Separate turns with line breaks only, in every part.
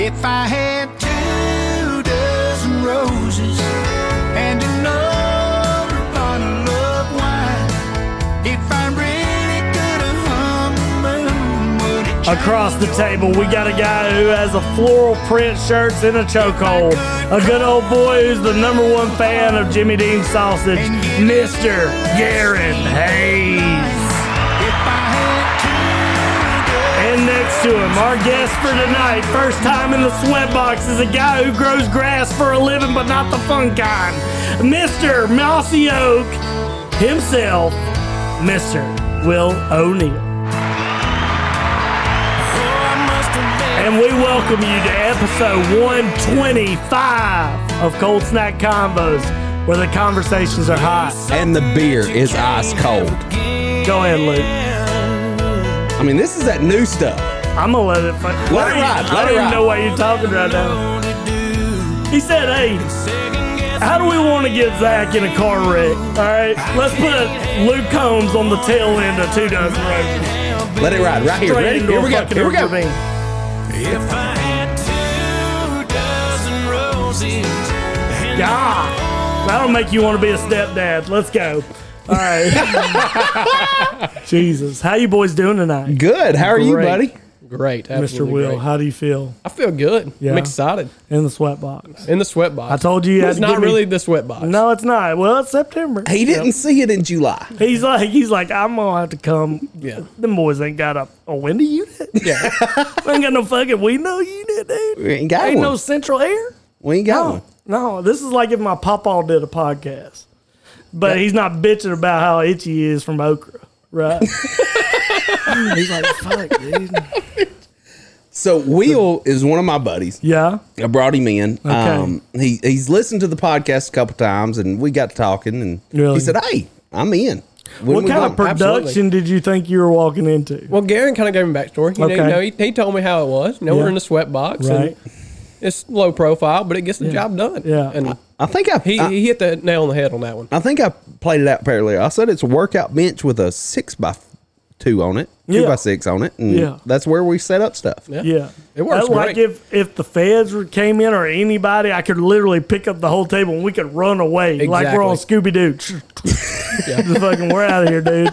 If I had two dozen roses and another bottle of wine, if I really could have hung the moon, would it change
Across the
your
table, we got a guy who has a floral print shirts and a chokehold. A good old boy who's the number one fan of Jimmy Dean sausage, Mr. Garen Hayes.
If I had two dozen
And next to him, our guest for tonight, first time in the sweatbox, is a guy who grows grass for a living, but not the fun kind. Mr. Mossy Oak himself, Mr. Will O'Neill. And we welcome you to episode 125 of Cold Snack Combos, where the conversations are hot.
And the beer is ice cold.
Go ahead, Luke.
I mean, this is that new stuff.
I'm gonna let it. Fu-
Let it ride,
I
let
don't
it
even
ride.
know why you're talking right now. He said, "Hey, how do we want to get Zach in a car wreck? All right, let's put Luke Combs on the tail end of two dozen roses.
Let it ride right here.
Straight
Ready?
into
Here
a
we go.
fucking
Here we go.
ravine.
If I had two dozen roses and
God, that'll make you want to be a stepdad. Let's go. All right. Jesus, how you boys doing tonight,
Good. How are you,
Great.
buddy?
Great,
Mr.
absolutely
Will?
great.
How do you feel
I feel good.
Yeah.
I'm excited.
in the sweat box?
In the sweat box.
I told you, you had
it's
to
not
give me-
really the sweat box.
No, it's not. Well, it's September.
He didn't see it in July.
He's like, he's like, I'm gonna have to come.
Yeah.
Them boys ain't got a, a window unit.
Yeah.
We ain't got no fucking window unit, dude.
We ain't got
Ain't
one.
no central air.
we ain't
Oh.
got one.
No, no. This is like if my papa did a podcast, but he's not bitching about how itchy he is from okra, right? he's like, fuck, dude.
So Will is one of my buddies.
Yeah.
I brought him in. Um, he he's listened to the podcast a couple times, and we got to talking, and
Really?
he said, "Hey, I'm in." When
what
we
kind of
going?
production
Absolutely.
did you think you were walking into?
Well, Garen kind of gave me backstory. You know, you
Okay.
know, he, he told me how it was. You know,
Yeah.
we're in the sweat box.
Right.
And it's low profile, but it gets the job done.
Yeah.
And
I think I,
he,
I
he hit the nail on the head on that one.
I think I played it out parallel. I said it's a workout bench with a six by f- two on it, two
Yeah.
by six on it, and
Yeah.
that's where we set up stuff.
Yeah.
Yeah,
It works
That's Like
great.
if if the feds were- came in or anybody, I could literally pick up the whole table and we could run away like we're on Scooby Doo. Just fucking, we're out of here, dude.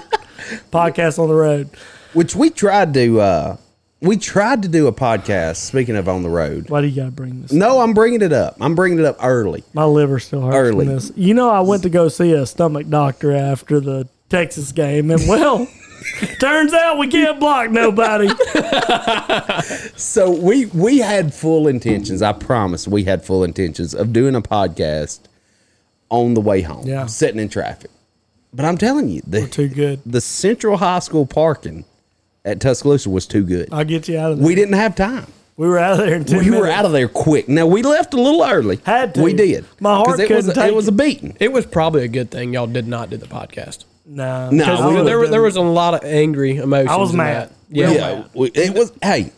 Podcast on the road.
Which we tried to uh we tried to do a podcast. Speaking of on the road,
Why do you gotta bring this?
no, I'm bringing it up. I'm bringing it up early.
My liver still hurts
Early.
from this. You know, I went to go see a stomach doctor after the Texas game, and well, turns out we can't block nobody.
So we we had full intentions. I promise we had full intentions of doing a podcast on the way home,
Yeah.
sitting in traffic. But I'm telling you, the
Too good.
the Central High School parking at Tuscaloosa was too good.
I'll get you out of there.
We didn't have time.
We were out of there in two
We were
minutes.
out of there quick. Now we left a little early.
Had to.
We did.
My heart
'Cause it was
couldn't
a-
take
it was a
it.
beating.
It was probably a good thing y'all did not do the podcast.
No,
No,
because
we
I
didn't.
would've
There, were- there
been-
was a lot of angry emotions.
I was
in
mad.
that. Yeah.
yeah, we- it was. Hey,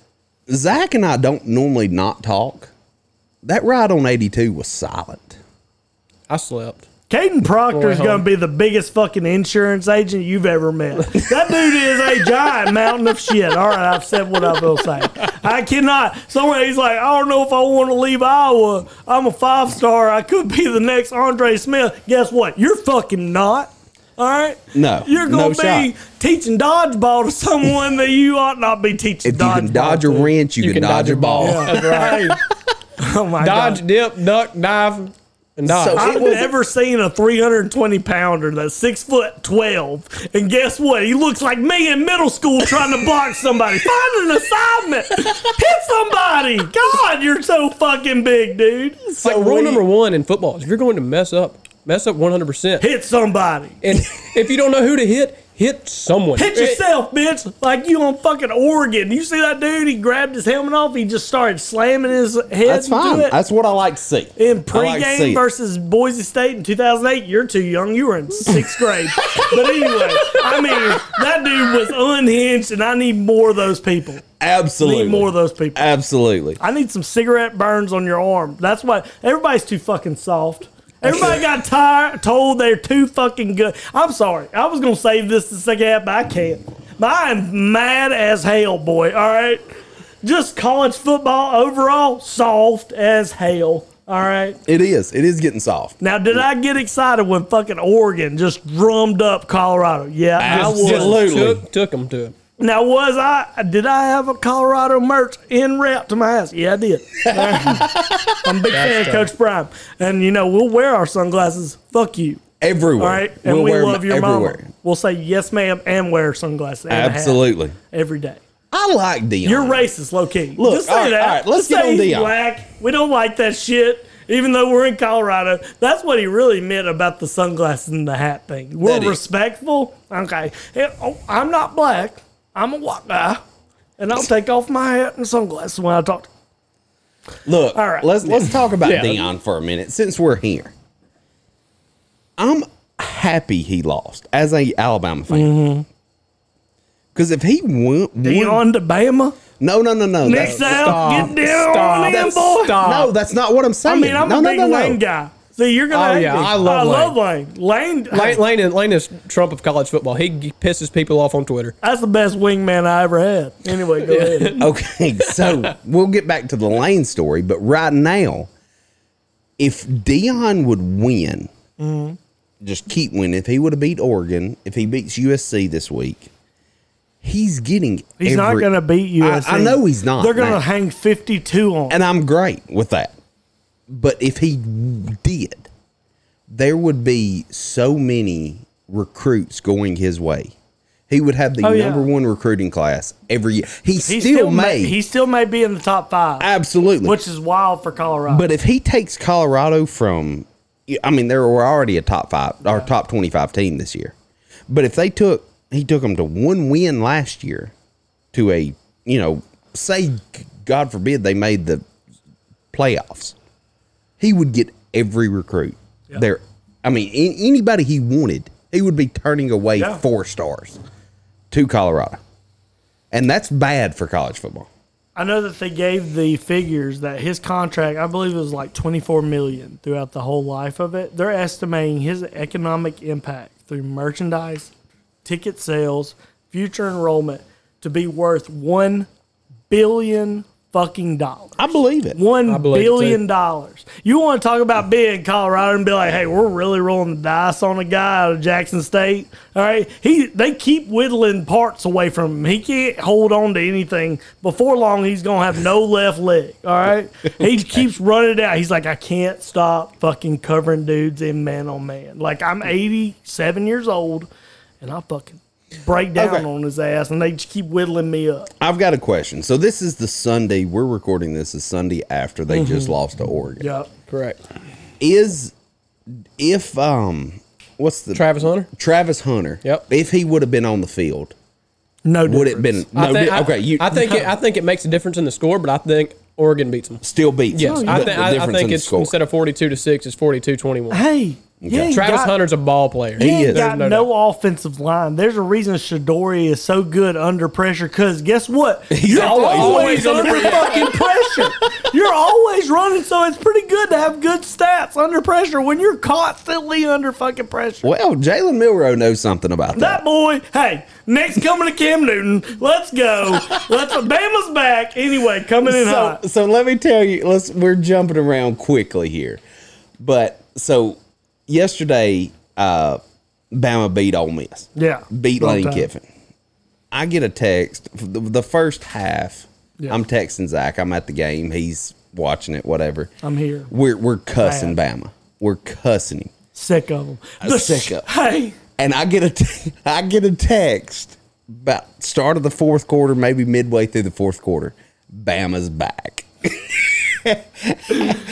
Zach and I don't normally not talk. That ride on 82 was silent.
I slept.
Caden Proctor's
Boy,
going to
home.
be the biggest fucking insurance agent you've ever met. That dude is a giant mountain of shit. All right, I've said what I will say. I cannot. Somewhere he's like, I don't know if I want to leave Iowa. I'm a five star. I could be the next Andre Smith. Guess what? You're fucking not. All right.
No,
You're going
no
to be
shot.
teaching dodgeball to someone that you ought not be teaching
If you
dodgeball.
can dodge a
to.
wrench, you, can, dodge, a ball.
Yeah. Oh my god.
Dodge, dip, duck, dive, and dodge.
So-
I've
It was-
never seen a 320 pounder that's six foot 12. And guess what? He looks like me in middle school trying to block somebody. Find an assignment. Hit somebody. God, you're so fucking big, dude.
like rule
we-
number one in football is if you're going to mess up, mess up 100%.
Hit somebody.
And if you don't know who to hit, hit someone.
Hit yourself, bitch. Like you on fucking Oregon. You see that dude? He grabbed his helmet off. He just started slamming his head.
That's
into
fine.
it.
That's what I like to see.
In
I like to
pregame
see it.
versus Boise State in 2008, you're too young. You were in sixth grade. but anyway, I mean, that dude was unhinged, and I need more of those people.
absolutely
Need more of those people.
Absolutely.
I need some cigarette burns on your arm. That's why everybody's too fucking soft. Everybody got tired, told they're too fucking good. I'm sorry. I was going to save this the second half, but I can't. But I am mad as hell, boy. All right. just college football overall soft as hell. All right.
It is. It is getting soft.
Now, did I get excited when fucking Oregon just drummed up Colorado? Yeah, I was.
Absolutely.
Took, took him to it.
Now, was I? Did I have a Colorado merch in wrap to my house? Yeah, I did. I'm a big fan of Coach Prime, and you know we'll wear our sunglasses. Fuck you.
Everywhere.
All right, and we
wear 'em
love your
everywhere.
mama. We'll say yes, ma'am, and wear sunglasses. and a hat
Absolutely.
every day.
I like Deion.
You're racist, low key.
Look,
just say
all right,
that.
all right, let's
Just
get
say
on
he's
Deion.
Black. We don't like that shit. Even though we're in Colorado, that's what he really meant about the sunglasses and the hat thing. We're
That is-
respectful. Okay, Yeah, oh, I'm not black. I'm a white guy, and I'll take off my hat and sunglasses when I talk. to
Look,
All right.
let's let's talk about
Yeah.
Dion for a minute since we're here. I'm happy he lost as a Alabama fan. Because if he won, won-
Deion to Bama.
no, no, no, no,
Next
that's-
out, get down on him,
that's-
boy.
No, that's not what I'm
I
saying.
mean, I'm
no,
a
no,
big
no, no.
Lane guy. See, you're gonna.
Oh,
hate
yeah,
me.
I love
I love Lane. Lane.
Lane, Lane, is- Lane is Trump of college football. He g- pisses people off on Twitter.
That's the best wingman I ever had. Anyway, go ahead.
Okay, so we'll get back to the Lane story, but right now, if Dion would win,
Mm-hmm.
just keep winning. If he would have beat Oregon, if he beats USC this week, he's getting.
He's not
every-
going to beat you.
I- I know he's not,
They're going
man.
to hang 52 on.
and I'm great with that. But if he did, there would be so many recruits going his way. He would have the
Oh, yeah.
number one recruiting class every year. He,
he
still,
still, may.
may.
He still may be in the top five,
absolutely.
which is wild for Colorado.
But if he takes Colorado from, I mean, they were already a top five or top twenty-five team this year. But if they took, he took them to one win last year, to a you know, say God forbid they made the playoffs, he would get every recruit there. I mean, a- anybody he wanted, he would be turning away
Yeah.
four stars to Colorado, and that's bad for college football.
I know that they gave the figures that his contract, I believe, it was like 24 million throughout the whole life of it. They're estimating his economic impact through merchandise, ticket sales, future enrollment to be worth one billion fucking dollars.
I believe it.
One
believe it, too.
billion dollars. You want to talk about being in Colorado and be like, "Hey, we're really rolling the dice on a guy out of Jackson State." All right, he they keep whittling parts away from him. He can't hold on to anything. Before long, he's gonna have no left leg. All right, he keeps running it out. He's like, "I can't stop fucking covering dudes in man on man." Like I'm 87 years old, and I fucking break down
Okay.
on his ass, and they just keep whittling me up.
I've got a question. So this is the Sunday we're recording. This is Sunday after they
Mm-hmm.
just lost to Oregon.
Yep.
Correct.
Is if um, what's the
Travis Hunter.
Travis Hunter?
Yep.
If he would have been on the field,
No.
would
Difference.
it have been?
I
No,
think-
di-
I-
okay, you
I think it, I think it makes a difference in the score, but I think Oregon beats them.
still beat.
Oh,
Yes,
the-
I,
the
think I, I
difference in
think
the
it's
score.
instead of forty-two to six, it's 42-21.
Hey. you ain't
Travis
got-
Hunter's a ball player.
He ain't
is.
got
There's
no,
no
offensive line. There's a reason Shadori is so good under pressure. Because guess what?
He's always-
always
under,
under
fucking pressure. You're always running, so it's pretty good to have good stats under pressure when you're constantly under fucking pressure.
Well, Jalen Milrow knows something about that.
That boy, hey, next coming to Cam Newton. Let's go. Let's Bama's back. Anyway, coming in
so,
hot.
so let me tell you. Let's we're jumping around quickly here, but so yesterday, uh, Bama beat Ole Miss.
Yeah.
beat
Long
Lane
time.
Kiffin. I get a text f- the, the first half.
Yeah.
I'm texting Zach. I'm at the game. He's watching it. Whatever.
I'm here.
We're we're cussing Bama. We're cussing him.
Sick of him. The
sick of-
Hey.
And I get a t- I get a text about start of the fourth quarter, maybe midway through the fourth quarter. Bama's back.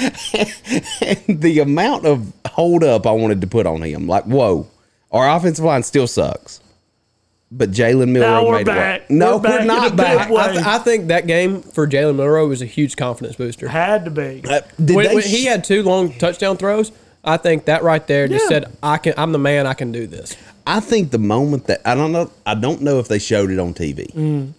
and the amount of hold up I wanted to put on him, like whoa, our offensive line still sucks. But Jalen Miller
Now we're
made
back.
it. Work. No,
We're back
we're
in a
not
good
back.
way.
I, th- I think that game for Jalen Monroe was a huge confidence booster.
Had to be.
Uh, did
when,
they
when he
sh-
had two long touchdown throws, I think that right there just
Yeah.
said, "I can. I'm the man. I can do this."
I think the moment that I don't know, I don't know if they showed it on TV,
Mm.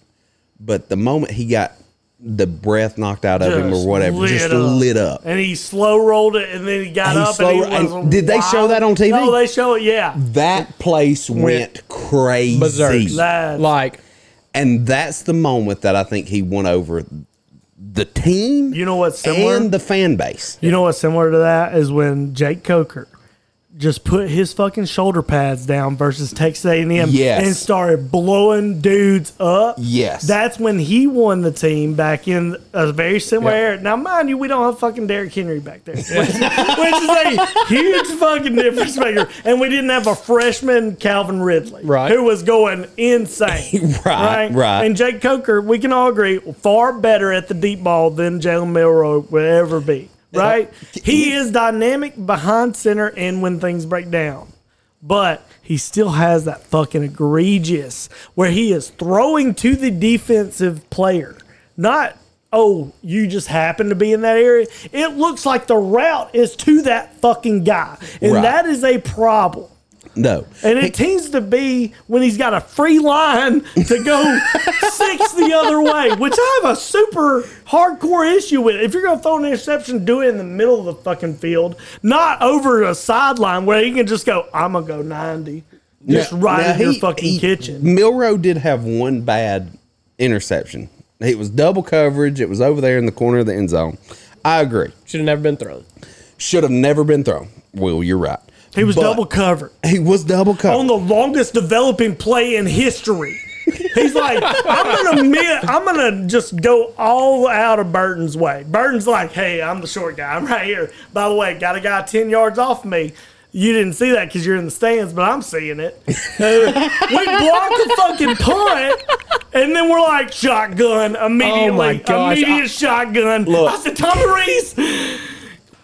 but the moment he got the breath knocked out of him or whatever, just lit up.
And he slow rolled it, and then he got
He
up.
slow-
and, he was
and did they show
wild.
that on TV?
No, they show it. Yeah,
That place went, crazy,
Berserk.
That-
Like
and that's the moment that I think he went over the team,
You know what's similar?
and the fan base.
You know what's similar to that is when Jake Coker just put his fucking shoulder pads down versus Texas A&M
Yes.
and started blowing dudes up.
Yes.
That's when he won the team back in a very similar
Yeah.
era. Now, mind you, we don't have fucking Derrick Henry back there, which, is- which is a huge fucking difference maker. And we didn't have a freshman Calvin Ridley
Right.
who was going insane.
Right, right.
And Jake Coker, we can all agree, far better at the deep ball than Jalen Milrow will ever be. Right? He is dynamic behind center and when things break down. But he still has that fucking egregious where he is throwing to the defensive player. Not, oh, you just happen to be in that area. It looks like the route is to that fucking guy. And
Right.
that is a problem.
No,
And it tends to be when he's got a free line to go six the other way, which I have a super hardcore issue with. If you're going to throw an interception, do it in the middle of the fucking field, not over a sideline where he can just go, I'm going to go 90. Just
Now-
right
now
in your
he-
fucking
he-
kitchen.
Milrow did have one bad interception. It was double coverage. It was over there in the corner of the end zone. I agree.
Should have never been thrown.
Should have never been thrown. Will, you're right.
He was
But-
double covered.
He was double covered.
on the longest developing play in history. He's like, I'm gonna mi- I'm gonna just go all out of Burton's way. Burton's like, hey, I'm the short guy. I'm right here. By the way, got a guy ten yards off me. You didn't see that because you're in the stands, but I'm seeing it. we block the fucking punt, and then we're like shotgun immediately.
gosh.
Immediate shotgun. I said, Tommy Reese.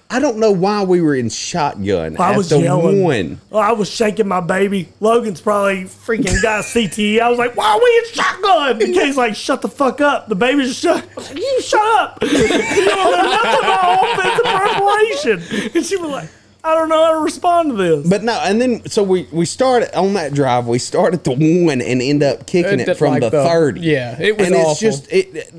I don't know why we were in shotgun
I
at
was
the
yelling.
one.
Oh, I was shaking my baby. Logan's probably freaking got CTE. I was like, "Why are we in shotgun?" And Kay's like, "Shut the fuck up." The baby's shut. I was like, you shut up. you don't know nothing about offensive preparation. And she was like, "I don't know how to respond to this."
But no, and then so we we started on that drive. We start at the one and end up kicking it,
It did
from
like
the,
the-
thirty.
yeah, it was
and
awful.
it's just it.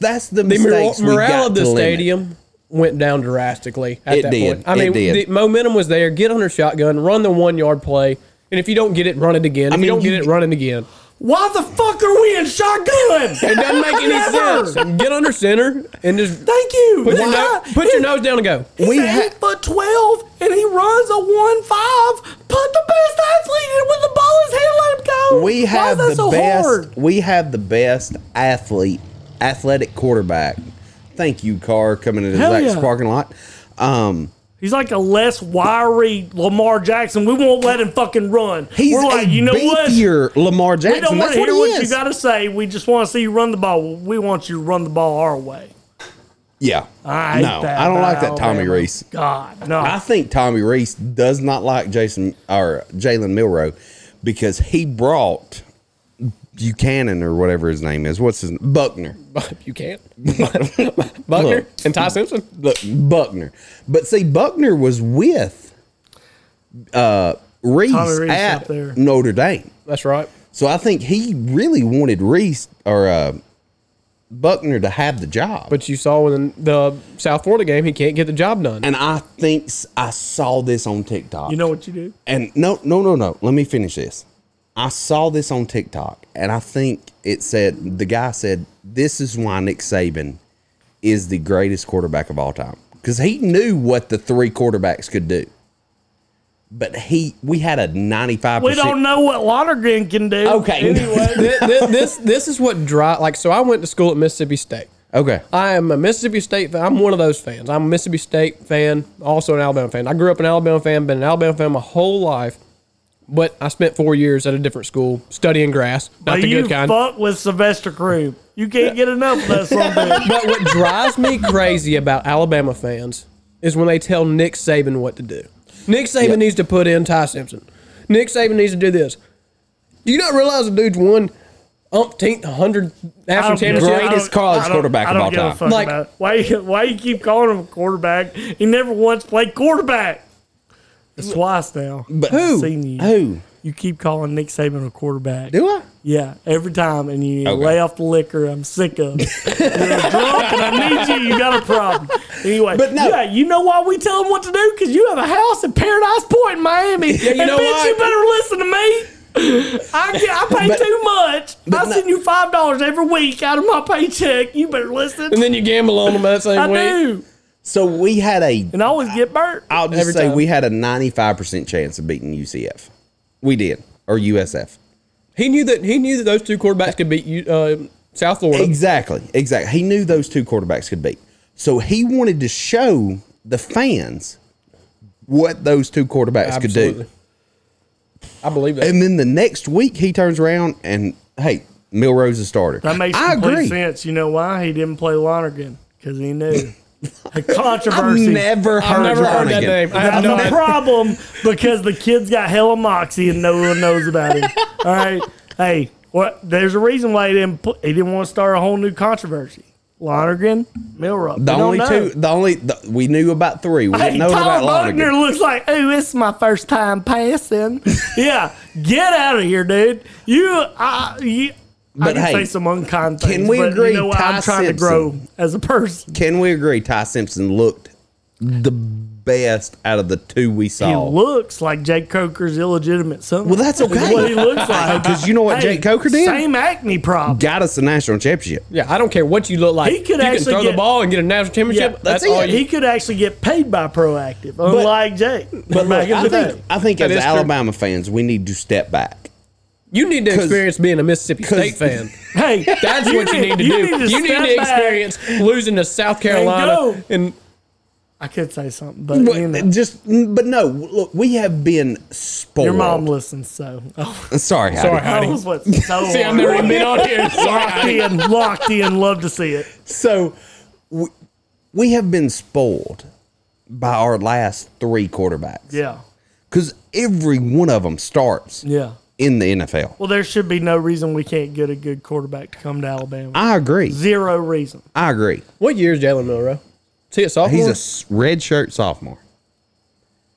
That's the
The mor-
mistakes we
morale
got
of the
to limit.
stadium went down drastically at
It
that
did.
point. I mean,
It did.
the momentum was there. Get under shotgun, run the one yard play, and if you don't get it, run it again. If
mean,
you don't
you-
get it, run it again.
Why the fuck are we in shotgun?
It doesn't make any
Never.
sense. Get under center and just
Thank you.
put, your,
This
no-
guy-
put your nose down and go.
He's
We
eight
ha-
foot twelve, and he runs a one five. Put the best athlete in when the ball is here. Let him go.
We
Why
have
is that
the
so
best.
hard?
We have the best athlete, athletic quarterback. Thank you, Carr, coming into
Hell
Zach's
yeah.
parking lot. Um,
He's like a less wiry Lamar Jackson. We won't let him fucking run.
he's
We're like,
a
you know what? We
beefier Lamar Jackson.
don't want
That's
to
what
hear
he
what you
is.
got to say. We just want to see you run the ball. Well, we want you to run the ball our way.
Yeah,
I hate
no,
that
I don't
about Oh.
like that Tommy
Alabama.
Reese.
God, no.
I think Tommy Reese does not like Jason or Jalen Milrow because he brought Buchanan or whatever his name is. What's his Buckner?
You can't. Buckner and Ty Simpson.
Look, Buckner. But see, Buckner was with uh, Reese,
Tommy Reese
at
up there.
Notre Dame.
That's right.
So I think he really wanted Reese or uh, Buckner to have the job.
But you saw in the South Florida game, he can't get the job done.
and I think s- I saw this on TikTok.
you know what you do?
and no, no, no, no. Let me finish this. I saw this on TikTok, and I think it said the guy said this is why Nick Saban is the greatest quarterback of all time because he knew what the three quarterbacks could do. But he, we had a ninety-five.
We don't know what Lonergan can do.
Okay.
Anyway,
Th- th- this this is what dry like. So I went to school at Mississippi State.
Okay.
I am a Mississippi State fan. I'm one of those fans. I'm a Mississippi State fan, also an Alabama fan. I grew up an Alabama fan, been an Alabama fan my whole life. But I spent four years at a different school studying grass, not
but
the
you
good kind.
fuck with Sylvester Crew. You can't get enough of that something.
But what drives me crazy about Alabama fans is when they tell Nick Saban what to do. Nick Saban
Yeah.
needs to put in Ty Simpson. Nick Saban needs to do this. Do you not realize the dude's won umpteenth, hundred national championship?
Greatest college quarterback of all time.
Like-
Like, why you why you keep calling him a quarterback? He never once played quarterback. It's twice now.
But
I've seen you.
Who
You keep calling Nick Saban a quarterback.
do I?
Yeah, every time, and you
Okay.
lay off the liquor. I'm sick of. it. You're drunk, and I need you. You got a problem. Anyway,
But no.
yeah, you know why we tell them what to do? Because you have a house in Paradise Point, in Miami.
you
and bitch,
know why?
you better listen to me. I, get- I pay too much. I send you five dollars every week out of my paycheck. You better listen.
And then you gamble on them that same
I
week.
do,
So we had a
and I always get burnt.
I'll just
Every
say
time.
we had a 95% chance of beating UCF. We did. Or USF.
He knew that he knew that those two quarterbacks could beat you, uh, South Florida.
Exactly. Exactly. He knew those two quarterbacks could beat. So he wanted to show the fans what those two quarterbacks could do.
I believe that.
And then the next week he turns around and hey, Milrose is a starter.
That makes
I
complete
agree.
sense. You know why he didn't play Lonergan? Because he knew the
I've
controversy.
never heard,
I've never heard that
Jernigan.
name. I have
That's
no
a
idea.
problem because the kid's got hella moxie and no one knows about him. All right, hey, what? There's a reason why he didn't. Put, he didn't want to start a whole new controversy. Lonergan, Milrow. We
The
don't
only
know.
two, the only the, we knew about three. We
Hey,
didn't know about
Tyler Buckner
Lonergan.
looks like, ooh, it's my first time passing. yeah, get out of here, dude. You, I, you,
But
I can
hey,
say some unkind things.
can we
but
agree
You know what?
Ty
I'm trying to grow as a person.
Can we agree? Ty Simpson looked the best out of the two we
He
saw.
looks like Jake Coker's illegitimate son.
Oh. well, that's
That's
okay.
what he looks like.
Because you know what
Hey,
Jake Coker did?
Same acne problem.
Got us the national championship.
yeah, I don't care what you look like.
He could
you can
actually
throw
get-
the ball and get a national championship.
Yeah,
that's
that's it.
all you.
He could actually get paid by Proactive, unlike Jake.
But
back
look,
in
I
the
think
day.
I think
That
as
is true.
Alabama fans, we need to step back.
You need to
'Cause-
experience being a Mississippi State fan.
Hey,
That's what you need to do. you need
step
to
back.
experience losing to South
go.
Carolina and
I could say something, but you know.
But just, but no, look, we have been spoiled.
Your mom listens, so oh,
Sorry, Heidi.
Sorry,
that
Heidi.
was what's so
See, I've never even been on here. Sorry,
locked
Heidi.
in, locked in. Love to see it.
So we, we have been spoiled by our last three quarterbacks
Yeah,
because every one of them starts
yeah.
in the NFL.
Well, there should be no reason we can't get a good quarterback to come to Alabama.
I agree.
Zero reason.
I agree.
What year is Jalen Milrow? Is he a sophomore?
He's a s- red shirt sophomore.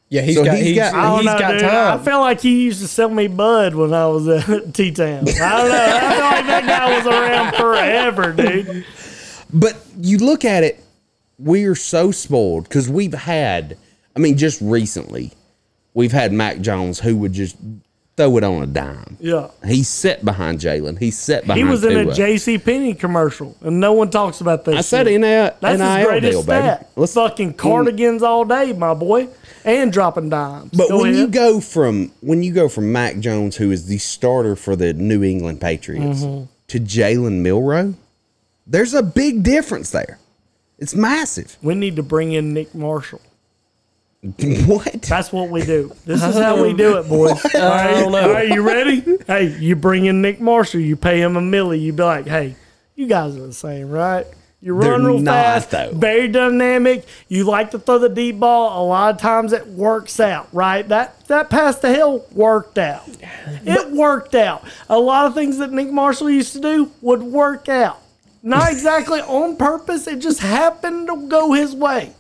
yeah, he's
so
got,
he's
he's,
got-
I don't
he's
know,
got
Oh, dude.
time.
I felt like he used to sell me bud when I was at T Town. I don't know. I feel like that guy was around forever, dude.
But you look at it, we are so spoiled because we've had, I mean, just recently, we've had Mac Jones who would just throw it on a dime.
Yeah.
He's set behind Jalen. He's set behind.
He was in a
Tua.
J.C. Penney commercial, and no one talks about that.
I said
shit.
in a
That's his
NIL
greatest
deal,
stat.
baby. Let's mm.
fucking cardigans all day, my boy, and dropping dimes.
But
Go
when
ahead.
you go from when you go from Mac Jones, who is the starter for the New England Patriots,
Mm-hmm.
to Jalen Milrow, there's a big difference there. It's massive.
we need to bring in Nick Marshall.
What?
That's what we do. This is how we do it, boys. All right,
I don't know.
All right, you ready? Hey, you bring in Nick Marshall, you pay him a milli, you be like, hey, you guys are the same, right? You
They're
run real
not,
fast,
though.
very dynamic. You like to throw the deep ball. A lot of times it works out, right? That that pass to Hill worked out. It worked out. A lot of things that Nick Marshall used to do would work out. Not exactly on purpose. It just happened to go his way.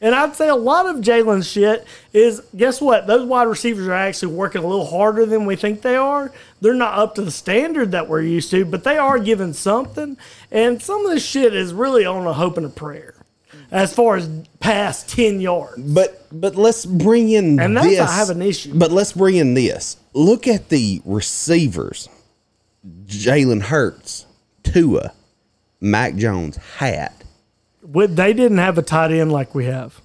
And I'd say a lot of Jalen's shit is guess what? Those wide receivers are actually working a little harder than we think they are. They're not up to the standard that we're used to, but they are giving something. And some of this shit is really on a hope and a prayer as far as past 10 yards.
But but let's bring in
And that's why I
this.
have an issue.
But let's bring in this. Look at the receivers: Jalen Hurts, Tua, Mac Jones, Hat.
With, they didn't have a tight end like we have.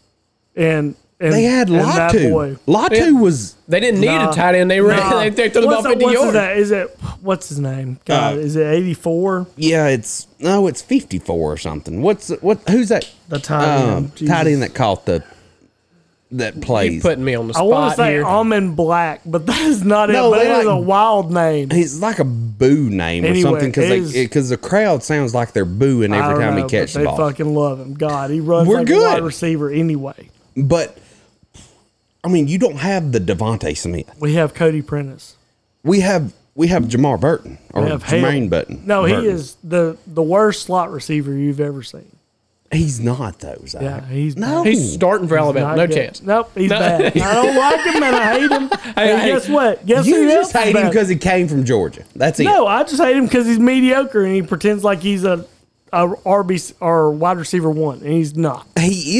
And, and
They had
and that boy.
Latu. Latu was
They didn't need
Nah.
a tight end. They ran.
Nah.
They, they threw the ball
What's that-
fifty
what's his
yards.
name? Is it what's his name? God,
Uh,
is it 84?
yeah. It's no, it's fifty four or something. What's what? Who's that?
The tight
um,
end. Jesus.
tight end that caught the that
You
plays.
putting me on the
I want to
spot
say
here.
almond black, but that is not
No,
it. But
they
it is
like-
a wild name.
He's like a boo name
Anyway,
or something
it
because
is-
because the crowd sounds like they're booing
I
every
don't
time
know,
he catches
but
the
they
ball.
fucking love him. God, he runs
We're
like a wide
good.
receiver anyway.
But I mean, you don't have the Devonte Smith.
We have Cody Prentice.
We have we have Jamar Burton or
We have
Jermaine
Hale.
Burton.
No, he
Burton.
is the the worst slot receiver you've ever seen.
He's not though. Zach.
Yeah, he's
no.
bad.
He's starting for Alabama.
Not
No
good.
chance.
Nope, he's bad. I don't like him and I hate him. and
hey,
guess what? Guess
you
who else
just
is
hate him
bad?
because he came from Georgia. That's it.
No, I just hate him because he's mediocre and he pretends like he's a a RB or wide receiver one, and he's not.
He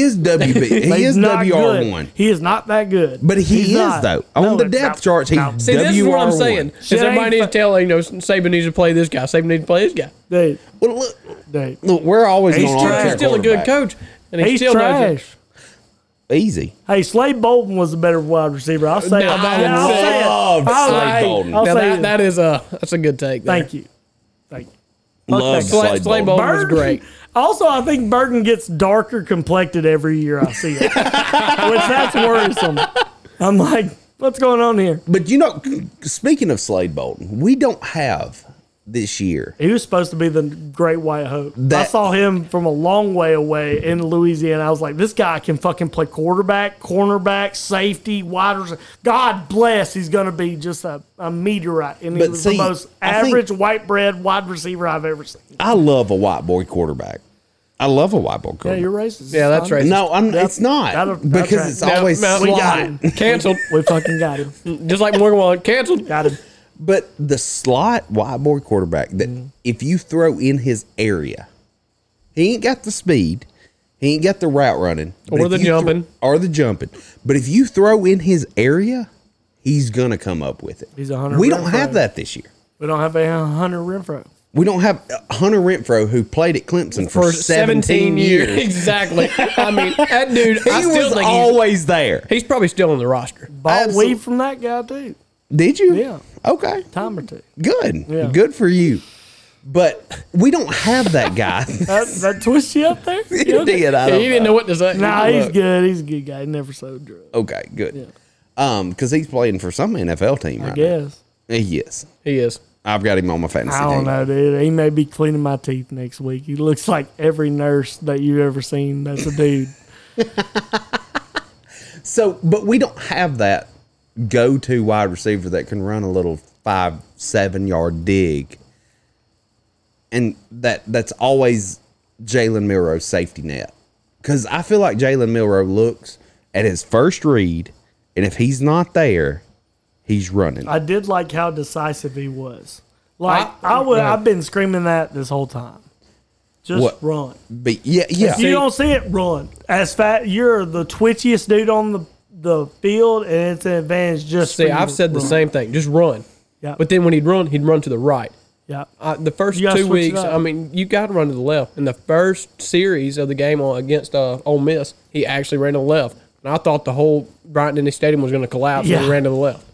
is WB. He
He's
is
not
WR
good.
one.
He is not that good.
But he
He's
is
not.
though. On
No,
the
no,
depth
no,
charts, he
no.
WR1.
See, this is what I'm saying. Is
Shit ain't
everybody needs
fa-
to tell you know Saban needs to play this guy. Saban needs to play this guy.
Dude,
Well, look,
dude.
look, we're always
He's
going
trash.
to
He's still a good coach, and he
He's
still knows it.
trash.
Easy.
Hey, Slade Bolton was a better wide receiver. I'll say it.
Nah, I
I'll
would
say it.
love
I'll-
Slade
hey,
Bolton.
I'll
Now
say
that,
it.
that is a that's a good take. There.
Thank you. Thank you. that
Love
Slay,
Slade
Slay
Bolden.
Bowman was great.
Also, I think Burton gets darker complected every year I see it, which that's worrisome. I'm like, what's going on here?
But you know, speaking of Slade Bolton, we don't have this year.
He was supposed to be the great white hope. I
That-
saw him from a long way away in Louisiana. I was like, this guy can fucking play quarterback, cornerback, safety, wide receiver. God bless, he's going to be just a, a meteorite. And he
But
was
see,
the most
I think-
average white bread wide receiver I've ever seen.
I love a white boy quarterback. I love a white boy
Yeah,
quarterback.
you're racist.
Yeah, that's
Son.
racist.
no, I'm, it's not
that'll- that's
because
right.
it's
Now-
always
now we got
slot.
Canceled,
We fucking got him.
just like Morgan Wallen. Canceled.
Got him.
But the slot wide boy quarterback that
Mm-hmm.
if you throw in his area, he ain't got the speed, he ain't got the route running, but
Or
if
the
you thro-
jumping.
or the jumping. But if you throw in his area, he's gonna come up with it.
He's a Hunter
We don't
Renfrow.
have that this year.
We don't have a Hunter Renfro.
We don't have uh, Hunter Renfro who played at Clemson for, 17, years.
exactly. I mean, that dude.
He
I still
was
think he's-
always there.
he's, probably still on the roster.
Bought
Absolute-
weed from that guy too.
Did you?
Yeah.
Okay.
Time or two.
Good.
Yeah.
Good for you. But we don't have that guy.
That, that twist you up there?
He
You okay?
did, I
he
don't
didn't
know.
know what to say.
Nah, he's
Look,
good. He's a good guy. He never sold drugs.
Okay, good. Um, because he's playing for some NFL team right
I guess.
now. Yes,
He is.
I've got him on my fantasy
I don't
team.
know, dude. He may be cleaning my teeth next week. He looks like every nurse that you've ever seen. That's a dude.
So, but we don't have that go-to wide receiver that can run a little five, seven-yard dig, and that that's always Jalen Milroe's safety net. Because I feel like Jalen Milroe looks at his first read, and if he's not there, he's running.
I did like how decisive he was. Like I, would I've been screaming that this whole time. Just
What?
run.
but yeah, yeah,
If you don't see it, run. As fat you're the twitchiest dude on the the field and it's an advantage just
See,
for you
I've
to
said the
run.
same thing. Just run.
Yeah.
But then when he'd run, he'd run to the right.
yeah.
I, Uh, the first
You gotta
two
switch it
weeks,
up.
I mean, you got to run to the left. In the first series of the game on, against uh, Ole Miss, he actually ran to the left, and I thought the whole Bryant Denny Stadium was going to collapse. when
Yeah.
he ran to the left.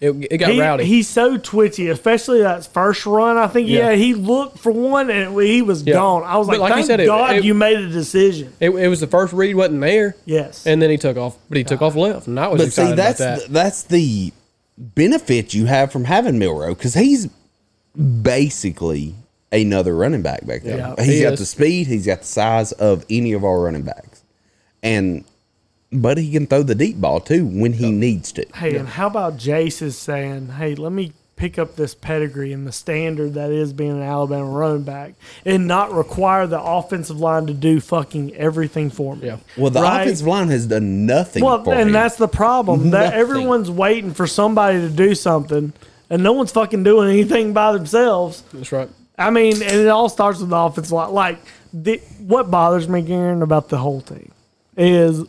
It, it got
He-
rowdy.
He's so twitchy, especially that first run. I think
Yeah.
yeah, he looked for one and he was
Yeah.
gone. I was
But
like,
like you
thank
said, it-
God
it-
you made a decision.
it, it was the first read wasn't there,
Yes,
and then he took off. But he took off left, and I was
But
excited
see, that's
about that.
The, that's the benefit you have from having Milrow because he's basically another running back back there.
Yeah,
he's
he
got
is.
the speed, he's got the size of any of our running backs, and but he can throw the deep ball too when he needs to.
Hey, and how about Jace is saying, hey, let me pick up this pedigree and the standard that is being an Alabama running back and not require the offensive line to do fucking everything for me.
Yeah.
Well, the
Right?
offensive line has done nothing
Well,
for
and
him.
that's the problem. That
Nothing.
everyone's waiting for somebody to do something and no one's fucking doing anything by themselves.
that's right.
I mean, and it all starts with the offensive line. Like, the, what bothers me, Garen, about the whole team is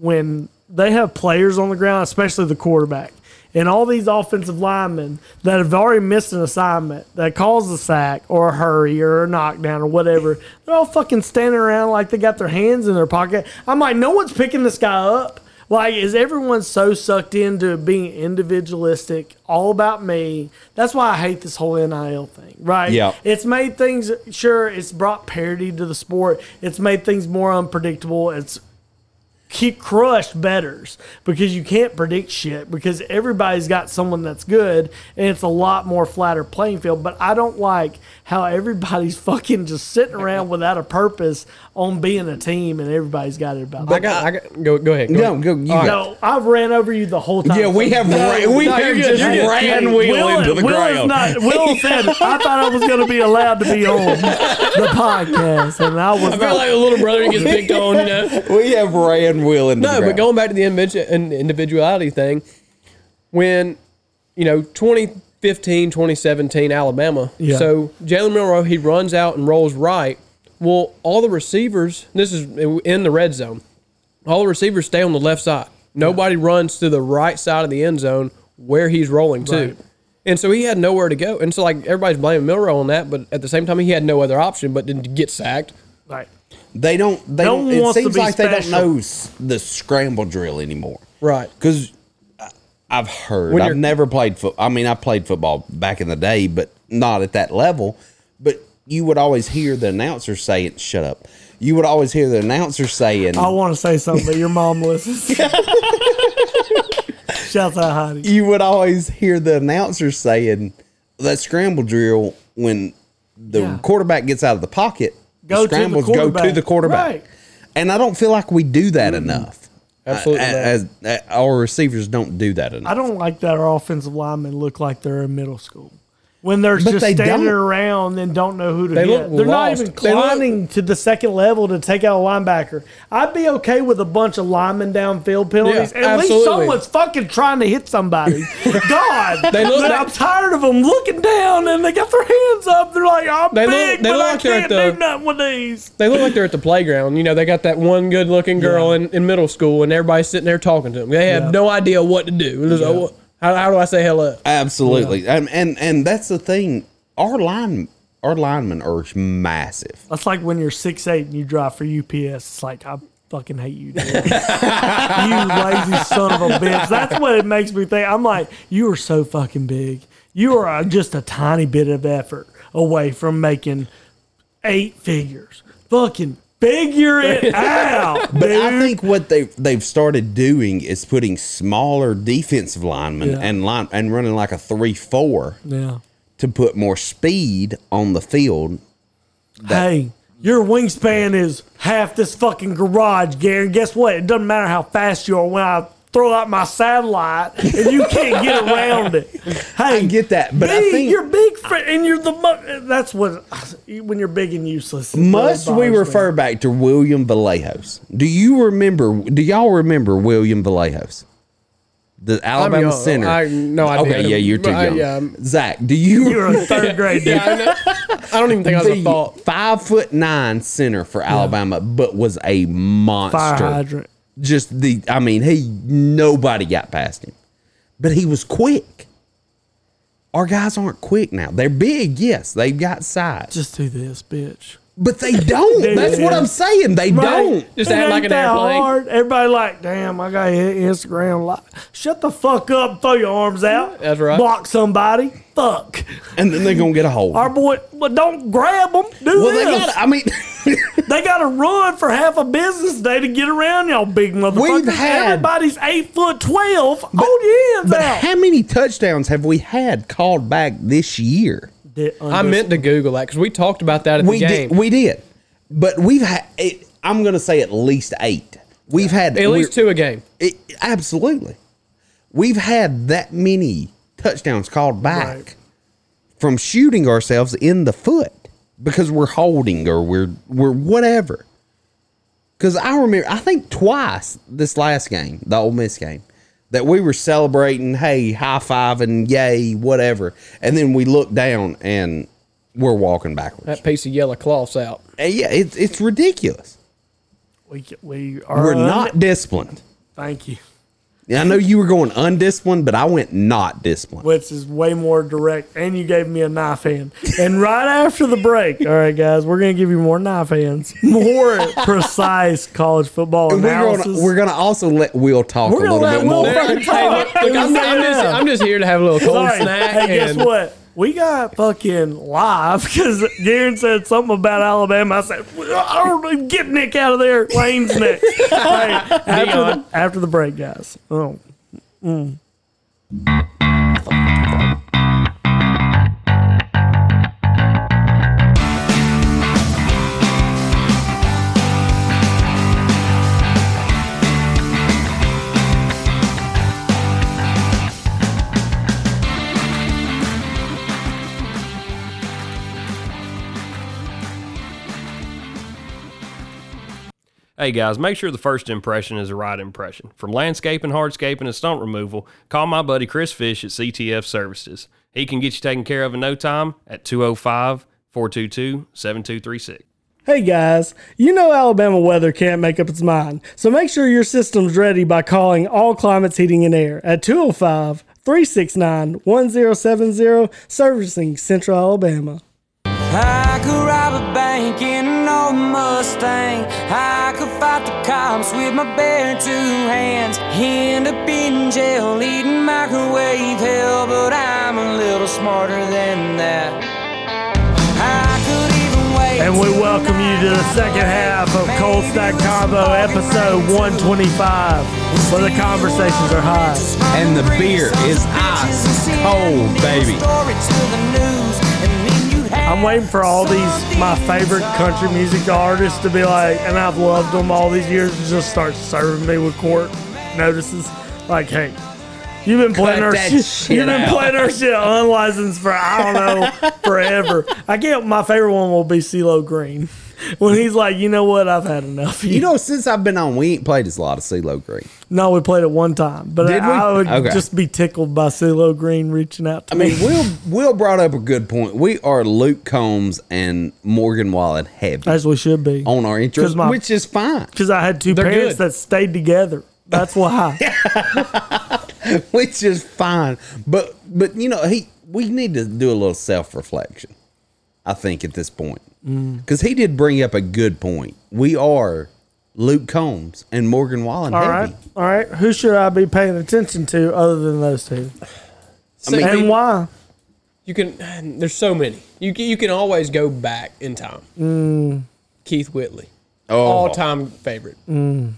when they have players on the ground, especially the quarterback, and all these offensive linemen that have already missed an assignment that caused a sack or a hurry or a knockdown or whatever. They're all fucking standing around like they got their hands in their pocket. I'm like, no one's picking this guy up. Like, is everyone so sucked into being individualistic, all about me? That's why I hate this whole NIL thing, right?
Yeah.
It's made things, sure, it's brought parity to the sport. It's made things more unpredictable. It's keep crushed betters because you can't predict shit because everybody's got someone that's good and it's a lot more flatter playing field. But I don't like how everybody's fucking just sitting around without a purpose on being a team and everybody's got it about.
I got. I got. Go. Go ahead. Go
no,
ahead.
go. You
All
got-
no, I've ran over you the whole time.
Yeah, we have ra- we
no,
have
you're good,
just
you're good.
ran
Hey,
wheel
Will,
into the
Will is
ground.
not- Will said, I thought I was going to be allowed to be on the podcast, and I was
I
not.
feel like a little brother who gets picked on, you know.
We have ran wheel into the
No, but
ground.
going back to the individu- in- individuality thing, when, you know, 2015, 2017, Alabama.
Yeah.
So Jalen Milroe, he runs out and rolls right. Well, all the receivers, this is in the red zone, all the receivers stay on the left side. Nobody runs to the right side of the end zone where he's rolling to.
Right.
And so he had nowhere to go. And so, like, everybody's blaming Milrow on that, but at the same time, he had no other option but to get sacked.
Right.
They don't. They
No
don't.
one
It
wants to
seems
be
like they don't
special.
know s- the scramble drill anymore.
Right.
Because I've heard.
When
I've
you're-
never played foot. I mean, I played football back in the day, but not at that level. But you would always hear the announcer saying, "Shut up." You would always hear the announcer saying,
I want to say something, but your mom listens. Shouts out Heidi.
you would always hear the announcer saying that scramble drill when the
Yeah.
quarterback gets out of the pocket,
Go to the
scrambles go to
quarterback.
the quarterback.
Right.
And I don't feel like we do that enough.
Absolutely
Uh,
not.
as, uh, our receivers don't do that enough.
I don't like that our offensive linemen look like they're in middle school. When they're
But
just
they
standing
don't.
around and don't know who to
They
hit.
look
they're
lost.
not even
They look-
climbing to the second level to take out a linebacker. I'd be okay with a bunch of linemen downfield penalties.
Yeah,
At
absolutely.
least someone's fucking trying to hit somebody. God,
They look
but
like-
I'm tired of them looking down and they got their hands up. They're like, I'm
They look-
big,
they
but
look
I
like they're at
can't do
the-
nothing with these.
They look like they're at the playground. You know, they got that one good looking girl in, in middle school, and everybody's sitting there talking to them. They have
Yeah.
no idea what to do. It was like, "What- how, how do I say hello?
Absolutely. And, and and that's the thing. Our line our linemen are massive.
That's like when you're six eight and you drive for UPS. It's like I fucking hate you, dude. you lazy son of a bitch. That's what it makes me think. I'm like, you are so fucking big. You are uh, just a tiny bit of effort away from making eight figures. Fucking figure it out,
But
dude.
I think what they they've started doing is putting smaller defensive linemen
Yeah.
and line and running like a three four
yeah.
to put more speed on the field.
hey, your wingspan is half this fucking garage, Gary. Guess what? It doesn't matter how fast you are when I throw out my satellite and you can't get around it. Hey,
I get that, but I
big,
think-
you're big fr- and you're the mo- that's what when you're big and useless. it really
Must we
bothers me.
refer back to William Vallejos? Do you remember? Do y'all remember William Vallejos, the Alabama
young.
center?
I- no idea.
Okay, yeah, you're too
I-
young.
yeah.
Zach, do you?
You're a third grade dude.
I, know. I don't even think I was a
the
thought.
five foot nine center for Alabama, but was a monster.
fire hydrant.
Just the, I mean, he nobody got past him, but he was quick. Our guys aren't quick now. They're big, yes. They've got size,
Just do this, bitch.
but they don't.
Dude.
That's what I'm saying. They don't.
Just
It
act like
ain't
an
that
airplane.
Hard. Everybody like, damn, I got hit Instagram live. Shut the fuck up. and Throw your arms out.
That's right.
Block somebody. Fuck.
And then they're gonna get a hold.
Our boy, well, don't grab them. Do
well, they
this.
got. I mean,
They got to run for half a business day to get around y'all big motherfuckers.
We've had-
Everybody's eight foot twelve. Hold your hands
but
out.
how many touchdowns have we had called back this year?
The
I
under-
meant to Google that because we talked about that at
We
the game.
did. We did. But we've had. It, I'm gonna say at least eight. We've had
at least
we're-
two a game.
It, absolutely. We've had that many touchdowns called back
Right.
from shooting ourselves in the foot because we're holding or we're we're whatever. Cause I remember I think twice this last game, the Ole Miss game, that we were celebrating, hey, high five and yay, whatever. And then we look down and we're walking backwards.
That piece of yellow cloth's out.
And yeah, it's it's ridiculous.
we, we are
We're
un-
not disciplined.
Thank you.
Yeah, I know you were going undisciplined, but I went not disciplined.
which is way more direct. And you gave me a knife hand. And right after the break, all right, guys, we're gonna give you more knife hands, more precise college football
We're
analysis.
gonna, we're gonna also let Will talk a
We're gonna
little
let
bit
Will
more.
Hey,
fucking
look,
talk.
look, I'm, I'm just, I'm just here to have a little cold
Sorry.
snack.
Hey, guess
and
what? We got fucking live because Darren said something about Alabama. I said, I don't know, get Nick out of there. Lane's next. Hey, after, the,
Dion.
after the break, guys. Oh.
Hey guys, make sure the first impression is the right impression. From landscaping, hardscaping, and stump removal, call my buddy Chris Fish at CTF Services. oh He can get you taken care of in no time at 205 422 7236.
Hey guys, you know Alabama weather can't make up its mind, so make sure your system's ready by calling All Climates Heating and Air at 205 369 1070, servicing Central Alabama.
I could rob a bank in an old Mustang. I could fight the cops with my bare two hands. End up in jail eating microwave hell, but I'm a little smarter than that. I could even wait.
And we
till
welcome you to the second half of Cold Stack Combo, episode 125, where the conversations are high.
And the beer is ice cold, baby.
I'm waiting for all these my favorite country music artists to be like, and I've loved them all these years, to just start serving me with court notices. Like, hey, you've been playing our
that
shit,
shit
you've been
out.
playing our shit unlicensed for I don't know forever. I get my favorite one will be CeeLo Green when he's like, you know what, I've had enough. of
You know, since I've been on, we ain't played as lot of CeeLo Green.
no, we played it one time, but
Did we?
I would
Okay.
just be tickled by CeeLo Green reaching out to
I
me.
mean, Will Will brought up a good point. We are Luke Combs and Morgan Wallen heavy
as we should be.
on our
'Cause
interest,
my-
which is fine.
because I had two
They're
parents
good.
that stayed together. That's why.
which is fine. But but you know he we need to do a little self reflection. I think at this point
Mm.
because he did bring up a good point. We are Luke Combs and Morgan Wallen.
All
heavy.
right, all right. Who should I be paying attention to other than those two,
See,
and why?
You can. There's so many. You can, you can always go back in time.
Mm.
Keith Whitley,
Oh.
all time favorite.
Mm.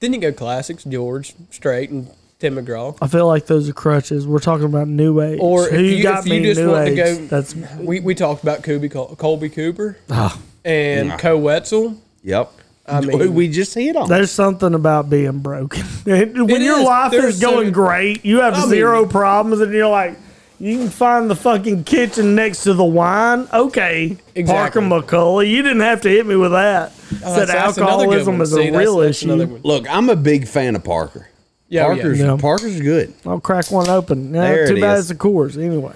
Then you go classics: George Strait and Tim McGraw.
I feel like those are crutches. We're talking about new age.
Or
Who
if you,
got
if
me
you just
new
want
age?
to go,
That's
we, we talked about Colby, Col- Colby Cooper
Ah.
and Co Wetzel.
Yep.
I mean-
Who we just hit on.
there's something about being broken. when
It
your
is.
life is
There's
going
so-
great, you have
I mean-
zero problems, and you're like, you can find the fucking kitchen next to the wine. Okay,
Exactly. Oh,
Parker McCullough, you didn't have to hit me with that.
that's-
Said
that's another good
alcoholism
one.
is
See,
a
that's-
real
that's
issue.
another one.
Look, I'm a big fan of Parker.
Yeah, oh, yeah.
Parker's
Yeah.
Parker's good.
I'll crack one open. Yeah,
There
too
it
bad
is.
it's the course. Anyway,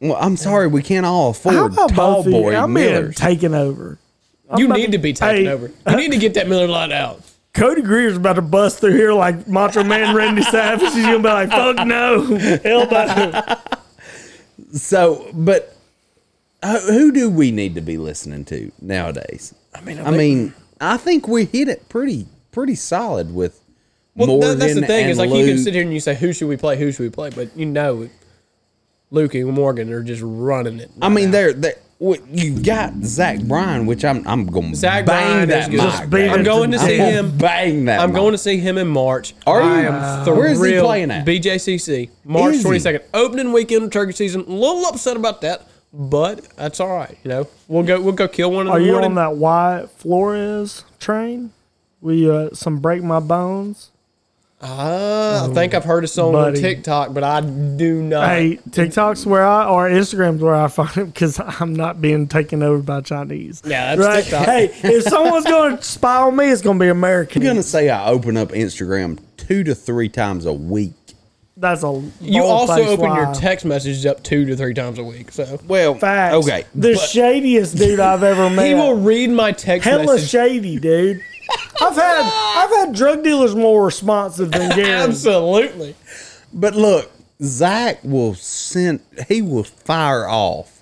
Well, I'm sorry, we can't all
how
afford
about
tall
both of you?
boy
I'm being
Millers.
taken over. I'm
You
about
need to be taken
Hey,
over. You need to get that Miller Lite out.
Cody Greer's about to bust through here like Macho Man Randy Savage. He's gonna be like, "Fuck no, elbow."
so, but who, who do we need to be listening to nowadays? I mean, I, mean, I think we hit it pretty pretty solid with
Well,
Morgan
that, that's the thing
and
is like
Luke.
you can sit here and you say who should we play, who should we play, but you know, Luke and Morgan are just running it.
I mean, they're they. What you got, Zach Bryan, which I'm I'm gonna
Zach
bang
Bryan
that
is good. Just
mic,
beat
man.
it
I'm going to
I'm
see
gonna
him.
Bang that.
I'm
mic.
going to see him in March.
Are you?
I am thrilled.
Where is he playing at?
BJCC, March
Is he?
22nd, opening weekend of turkey season. A little upset about that, but that's all right. You know, we'll go. We'll go kill one in
Are
the
you
morning.
on that Wyatt Flores train? We uh, some break my bones.
Uh, I think I've heard a song
buddy.
on TikTok, but I do not.
Hey, TikTok's where I or Instagram's where I find him because I'm not being taken over by Chinese.
Yeah, that's TikTok.
Hey, if someone's gonna spy on me, it's gonna be American.
I'm gonna say I open up Instagram two to three times a week.
That's a
you also
bold-faced
open your
lie.
text messages up two to three times a week, so
Well,
Facts.
okay,
The
but-
shadiest dude I've ever met.
he will read my text
Hella
message.
shady, dude. I've had I've had drug dealers more responsive than Gary.
Absolutely.
But look, Zach will send. He will fire off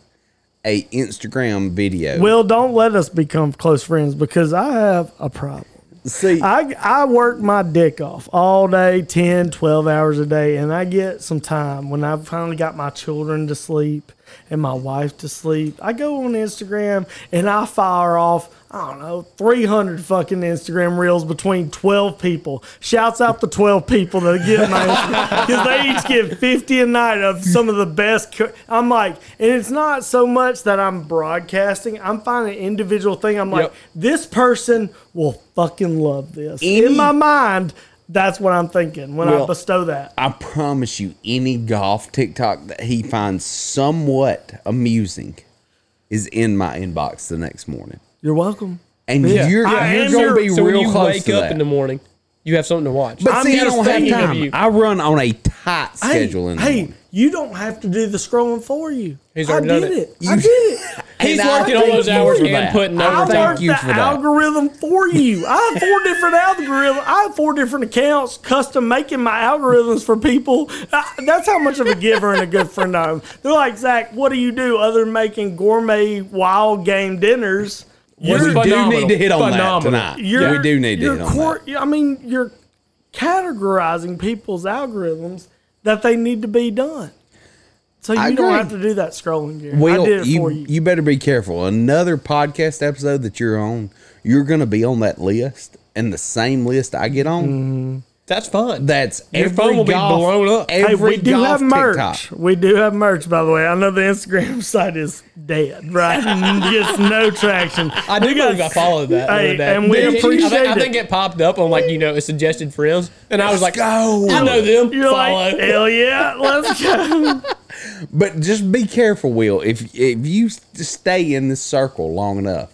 a Instagram video.
Will, don't let us become close friends because I have a problem.
see,
I, I work my dick off all day 10 12 hours a day and i get some time when i've finally got my children to sleep and my wife to sleep i go on instagram and i fire off i don't know 300 fucking instagram reels between 12 people shouts out the 12 people that get my because they each get 50 a night of some of the best co- i'm like and it's not so much that i'm broadcasting i'm finding individual thing i'm like
Yep.
this person will fucking love this. In
Any-
my mind, that's what I'm thinking when I
Well-
bestow that.
I promise you, any golf TikTok that he finds somewhat amusing is in my inbox the next morning,
You're welcome.
and
Yeah.
you're
I
you're
am
gonna
your-
be
so
real
when you
close
wake
to
up
that.
in the morning, you have something to watch.
but
I'm
see, I
just
don't have
thinking of
time.
you.
I run on a tight schedule in the
hey,
morning.
You don't have to do the scrolling for you.
He's
I
already done
did
it.
it. I did it.
He's
And I
working all
thank
those
you
hours
for
and
that.
putting
I
overtime.
thank
worked
you
the
for that.
algorithm for you. I have four different algorithms. I have four different accounts, custom making my algorithms for people. Uh, that's how much of a giver and a good friend I am. They're like, Zach, what do you do other than making gourmet wild game dinners?
You're
we do
phenomenal.
need to hit on
Phenomenal.
that tonight.
You're-
we do need to
you're
hit on
cor- I mean, you're categorizing people's algorithms that they need to be done. So you
I
don't
agree.
have to do that scrolling, Gary.
that. Well,
I did it
you,
for
you
you.
better be careful. Another podcast episode that you're on, you're gonna be on that list, and the same list I get on.
That's fun.
That's
Mm. Your
every
phone will be
golf-
blown up.
Every
Hey, we do
golf
have merch.
TikTok.
We do have merch, by the way. I know the Instagram site is dead, right? It Gets no traction.
I do believe I followed that. the
Hey,
other day.
and we
I think-
appreciate
I think, I
it.
think it popped up on like you know it's suggested friends, and I was like,
go.
I know them.
You're
Follow.
like, eh. hell yeah, let's go.
But just be careful, Will. If if you s- stay in this circle long enough,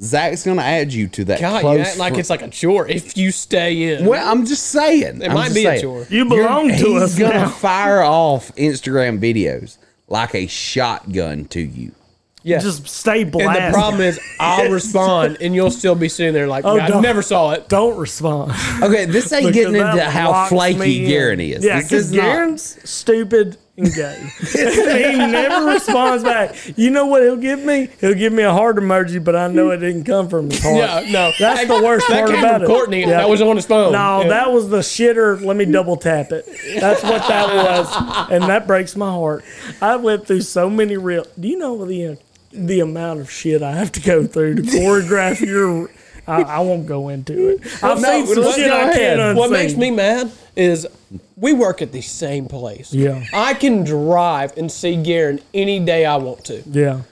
Zach's gonna add you to that.
God,
close
you act like
fr-
it's like a chore if you stay in.
Well, I'm just saying.
It might be a chore.
You belong to us
gonna
now.
fire off Instagram videos like a shotgun to you.
yeah.
Just stay
and
blasted.
the problem is, I'll respond, and you'll still be sitting there like,
Oh,
I
don't.
never saw it.
don't respond.
Okay, this ain't
Because
getting
that
into how
locks
flaky
me in.
Garen is.
Yeah,
this
because
is not.
Garen's stupid and gay. he never responds back. You know what he'll give me? He'll give me a heart emoji, but I know it didn't come from his heart.
Yeah, no,
That's the worst
that
part
came
about
from
it.
Courtney.
Yeah.
That was on his phone.
No,
Yeah.
that was the shitter. Let me double tap it. That's what that was, and that breaks my heart. I went through so many real. Do you know the the amount of shit I have to go through to choreograph your? I, I won't go into it. I've
No,
seen some
let's
shit
go
I
ahead.
can't unsee.
What makes me mad is we work at the same place.
Yeah.
I can drive and see Garen any day I want to.
Yeah.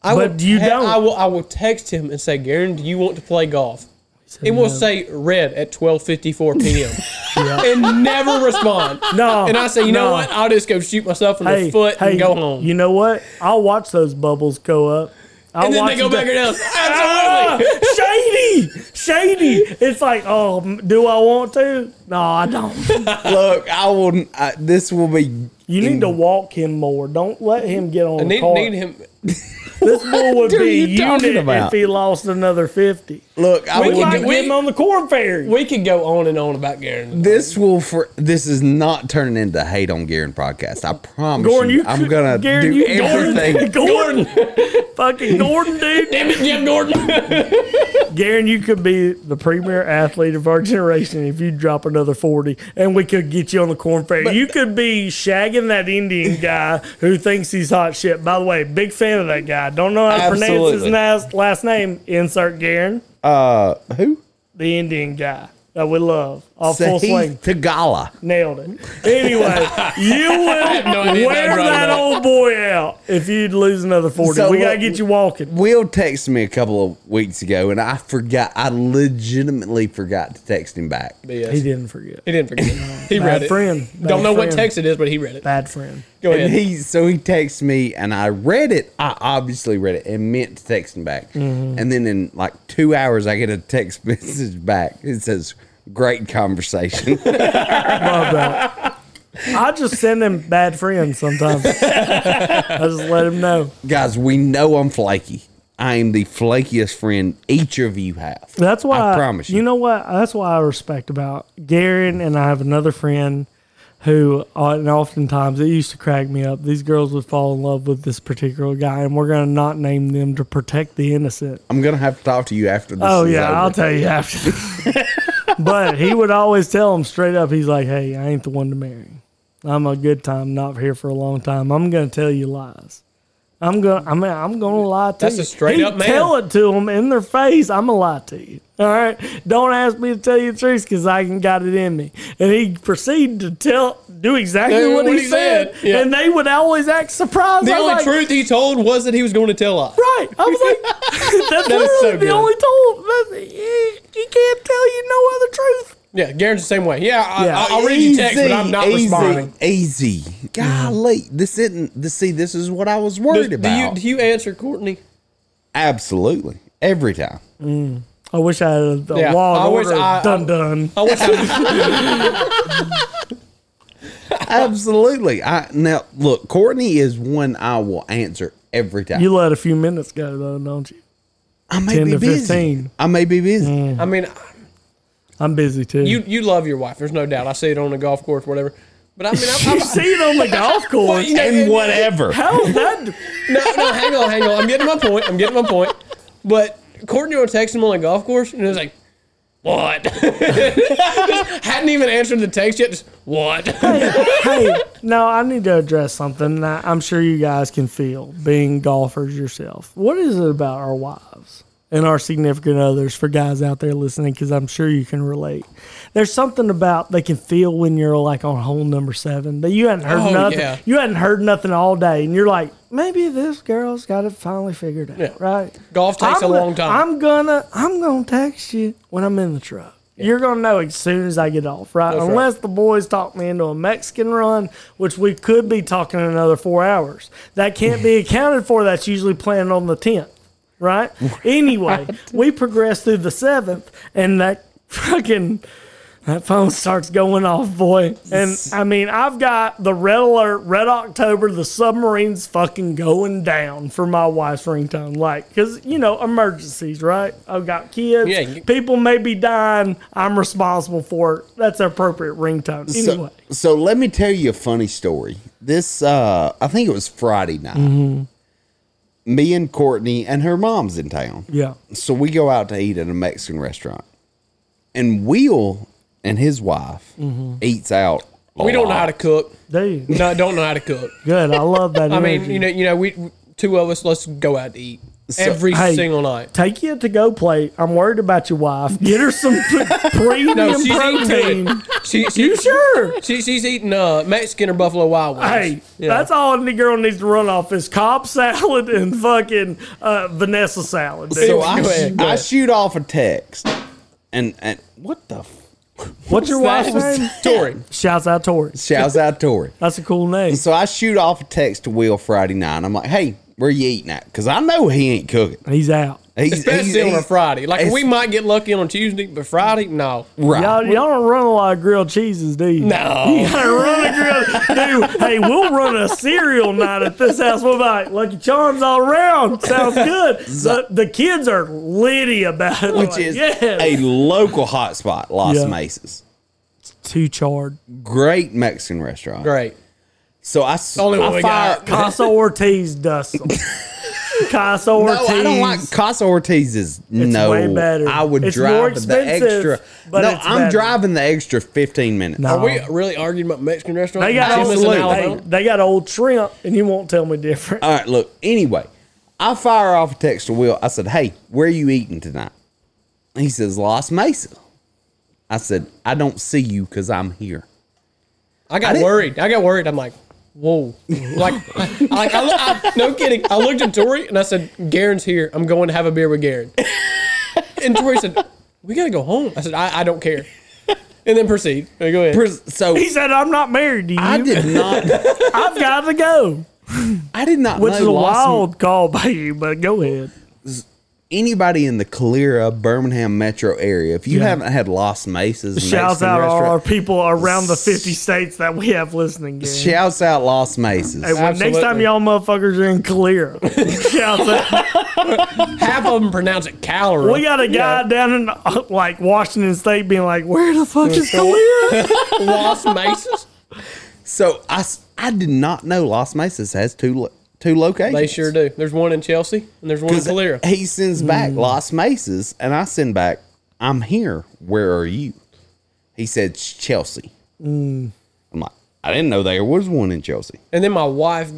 I
But
will
you don't.
I will. I will text him and say, Garen, do you want to play golf? It will say red at 12:54 p.m. and never respond.
No.
And I say, you know
no.
what? I'll just go shoot myself in the foot and go home.
You know what? I'll watch those bubbles go up. I'll
and then
watch
they go
the-
back and down.
Ah,
Absolutely.
shady, shady. It's like, oh, m- do I want to? No, I don't.
Look, I will. I, this will be.
You need to walk him more. Don't let him get on
I
the
need,
cart.
need him.
This bull would
What are
be
you
unit
talking
if
about?
he lost another fifty.
Look, I
We
will.
can
Like
we-
him on the corn ferry.
We could go on and on about Garen.
This will for this is not turning into hate on Garen podcast. I promise
Gordon,
you,
you
I'm
could-
gonna
Garen,
do
you
everything.
Gordon, Gordon, fucking Gordon, dude.
Damn it, Jim Gordon.
Garen, you could be the premier athlete of our generation if you drop another 40 and we could get you on the corn ferry. You could be shagging that Indian guy who thinks he's hot shit. By the way, big fan of that guy. Don't know how to pronounce his
Absolutely.
nas- last name. Insert Garen,
Uh, who?
the Indian guy that we love. All full
Sahith
swing.
Tagala.
Nailed it. Anyway, you will
no idea what I'm
wear
talking
that
about.
old boy out if you'd lose another 40.
So
we got to
what-
get you walking.
Will texted me a couple of weeks ago, and I forgot. I legitimately forgot to text him back.
Yes.
He
He,
didn't forget.
didn't forget. it. He read
Bad
it.
friend. Bad
Don't know what
friend.
text it is, but he read it.
Bad friend.
Go
And
ahead.
he so he texts me, and I read it. I obviously read it and meant to text him back.
Mm-hmm.
And then in like two hours, I get a text message back. It says, "Great conversation."
Love that. I just send him bad friends sometimes. I just let him know.
Guys, we know I'm flaky. I am the flakiest friend each of you have.
That's why
I promise you.
You know what? That's why I respect about Garen and I have another friend who, uh, and oftentimes it used to crack me up. These girls would fall in love with this particular guy, and we're gonna not name them to protect the innocent.
I'm gonna have to talk to you after this.
Oh
is
yeah,
over.
I'll tell you after. but he would always tell him straight up. He's like, "Hey, I ain't the one to marry. I'm a good time, not here for a long time. I'm gonna tell you lies. I'm gonna, I mean, I'm gonna lie to
That's
you.
a straight
He'd
up man.
Tell it to them in their face. I'm gonna lie to you. All right, don't ask me to tell you the truth because I can got it in me. And he proceeded to tell, do exactly
Do
what, he, said,
Yeah.
and they would always act surprised.
The
I'm
only
like,
truth he told was that he was going to tell us.
Right. I was like, that's
That is
literally
so
the
good.
only told. That's, you, you can't tell you no other truth.
Yeah, Garen's the same way. Yeah, I,
Yeah.
I, will read your text, but I'm not
easy,
responding.
Easy, golly, this isn't. This, see, this is what I was worried
Do, do you
about.
do you answer Courtney?
Absolutely, every time.
I wish I had a, a
Yeah,
law and
I Oh. wish
order
I-
done done.
I wish I,
Absolutely. I now look, Courtney is one I will answer every time.
You let a few minutes go though, don't you?
I may
10
be
to
busy.
15.
I may be busy.
I mean,
I'm busy too.
you you love your wife. There's no doubt. I see it on the golf course, whatever. But I mean, I,
you
I,
see it on the golf
Well,
course.
you know,
And whatever.
How is that?
no, no, hang on, hang on. I'm getting my point. I'm getting my point. But Courtney will text him on the golf course, and it was like, what? Just hadn't even answered the text yet. Just what?
hey, no, I need to address something that I'm sure you guys can feel being golfers yourself. What is it about our wives and our significant others for guys out there listening? Because I'm sure you can relate. There's something about they can feel when you're like on hole number seven that you hadn't heard
Oh,
nothing.
yeah.
You hadn't heard nothing all day, and you're like, maybe this girl's got it finally figured out,
Yeah.
right?
Golf takes
I'm
a
gonna-
long time.
I'm gonna I'm gonna text you when I'm in the truck. You're gonna know as soon as I get off, right?
That's right.
Unless the boys talk me into a Mexican run, which we could be talking another four hours. That can't be accounted for. That's usually planned on the tenth, right? Anyway, we progress through the seventh, and that fucking that phone starts going off, boy. And I mean, I've got the red alert, red October, the submarine's fucking going down for my wife's ringtone. Like, because, you know, emergencies, right? I've got kids.
Yeah, you-
People may be dying. I'm responsible for it. That's an appropriate ringtone.
So,
Anyway.
so let me tell you a funny story. This, uh, I think it was Friday night.
Mm-hmm.
Me and Courtney and her mom's in town.
yeah.
So we go out to eat at a Mexican restaurant. And Will and his wife eats out. a
Mm-hmm. we don't know
lot.
how to cook.
Dude,
No, don't know how to cook.
good. I love that.
I mean,
energy.
you know, you know, we two of us. Let's go out to eat every
Hey.
single night.
Take you to go plate. I'm worried about your wife. Get her some p- premium
No, she's eating
protein.
good. She, she,
You sure?
She, she's eating uh, Mexican or Buffalo Wild Wings.
Hey,
Yeah.
that's all the girl needs to run off is Cobb salad and fucking uh, Vanessa salad. dude.
So
Go
I,
ahead,
sh-
go
I
ahead.
shoot off a text. And, and what the? F-
What's your
That
wife's
was
name?
Tori.
Shouts out Tori.
Shouts out Tori.
That's a cool name.
So I shoot off a text to Will Friday night. I'm like, hey, where you eating at? Because I know he ain't cooking.
He's out.
He's,
Especially
he's-
on a Friday. Like
he's-
we might get lucky on a Tuesday, but Friday, no.
Right.
Y'all, y'all don't run a lot of grilled cheeses, do you? You
No.
gotta run a grilled. Dude, hey, we'll run a cereal night at this house. We'll be like, Lucky Charms all around. Sounds good. The, the kids are litty about it. They're
which
like,
is
yes.
a local hotspot, Las
Yeah.
Mesas.
too charred.
Great Mexican restaurant.
Great.
So I, s-
Only one
I
we
fire.
got.
Casa Ortiz dust. 'em. Casa
No,
Ortiz.
I don't like Casa Ortiz. Is no.
way better.
I would
It's more
drive the
expensive,
extra.
but
no,
it's
I'm
better.
driving the extra 15 minutes. Oh,
No.
Are we really arguing about Mexican restaurants?
They got
in
old,
Memphis and
hey,
Alabama?
they got old shrimp, and you won't tell me different.
All right, look. Anyway, I fire off a text to Will. I said, "Hey, where are you eating tonight?" And he says, "Las Mesa." I said, "I don't see you because I'm here."
I got
didn't-
worried. I got worried. I'm like, whoa. Like, I, like I, look- I- no kidding. I looked at Tori and I said, Garen's here. I'm going to have a beer with Garen. And Tori said, we got to go home. I said, I, I don't care. And then proceed. Hey, go ahead.
Pres- So
He said, "I'm not married to you.
I did not.
I've got to go,"
I did not
which
know
is a
Las
wild call by you. But go ahead.
anybody in the Calera, Birmingham metro area, if you
Yeah.
haven't had Las Mesas,
Shouts
Mexican
out all our
restaurant,
people around the 50 states that we have listening. Gang.
shouts out Las Mesas.
Hey, when- next time
Absolutely.
y'all motherfuckers are in Calera, shouts out.
Half of them pronounce it calorie.
We got a guy down in uh, like Washington State being like, "Where the fuck is Calera?"
Las Mesas.
so I, s- I did not know Las Mesas has two lo- two locations.
They sure do. There's one in Chelsea and there's one in
'Cause
Calera.
He sends
Mm.
back Las Mesas, and I send back, "I'm here. Where are you?" He said "It's Chelsea.
Mm.
I'm like, I didn't know there was one in Chelsea.
And then my wife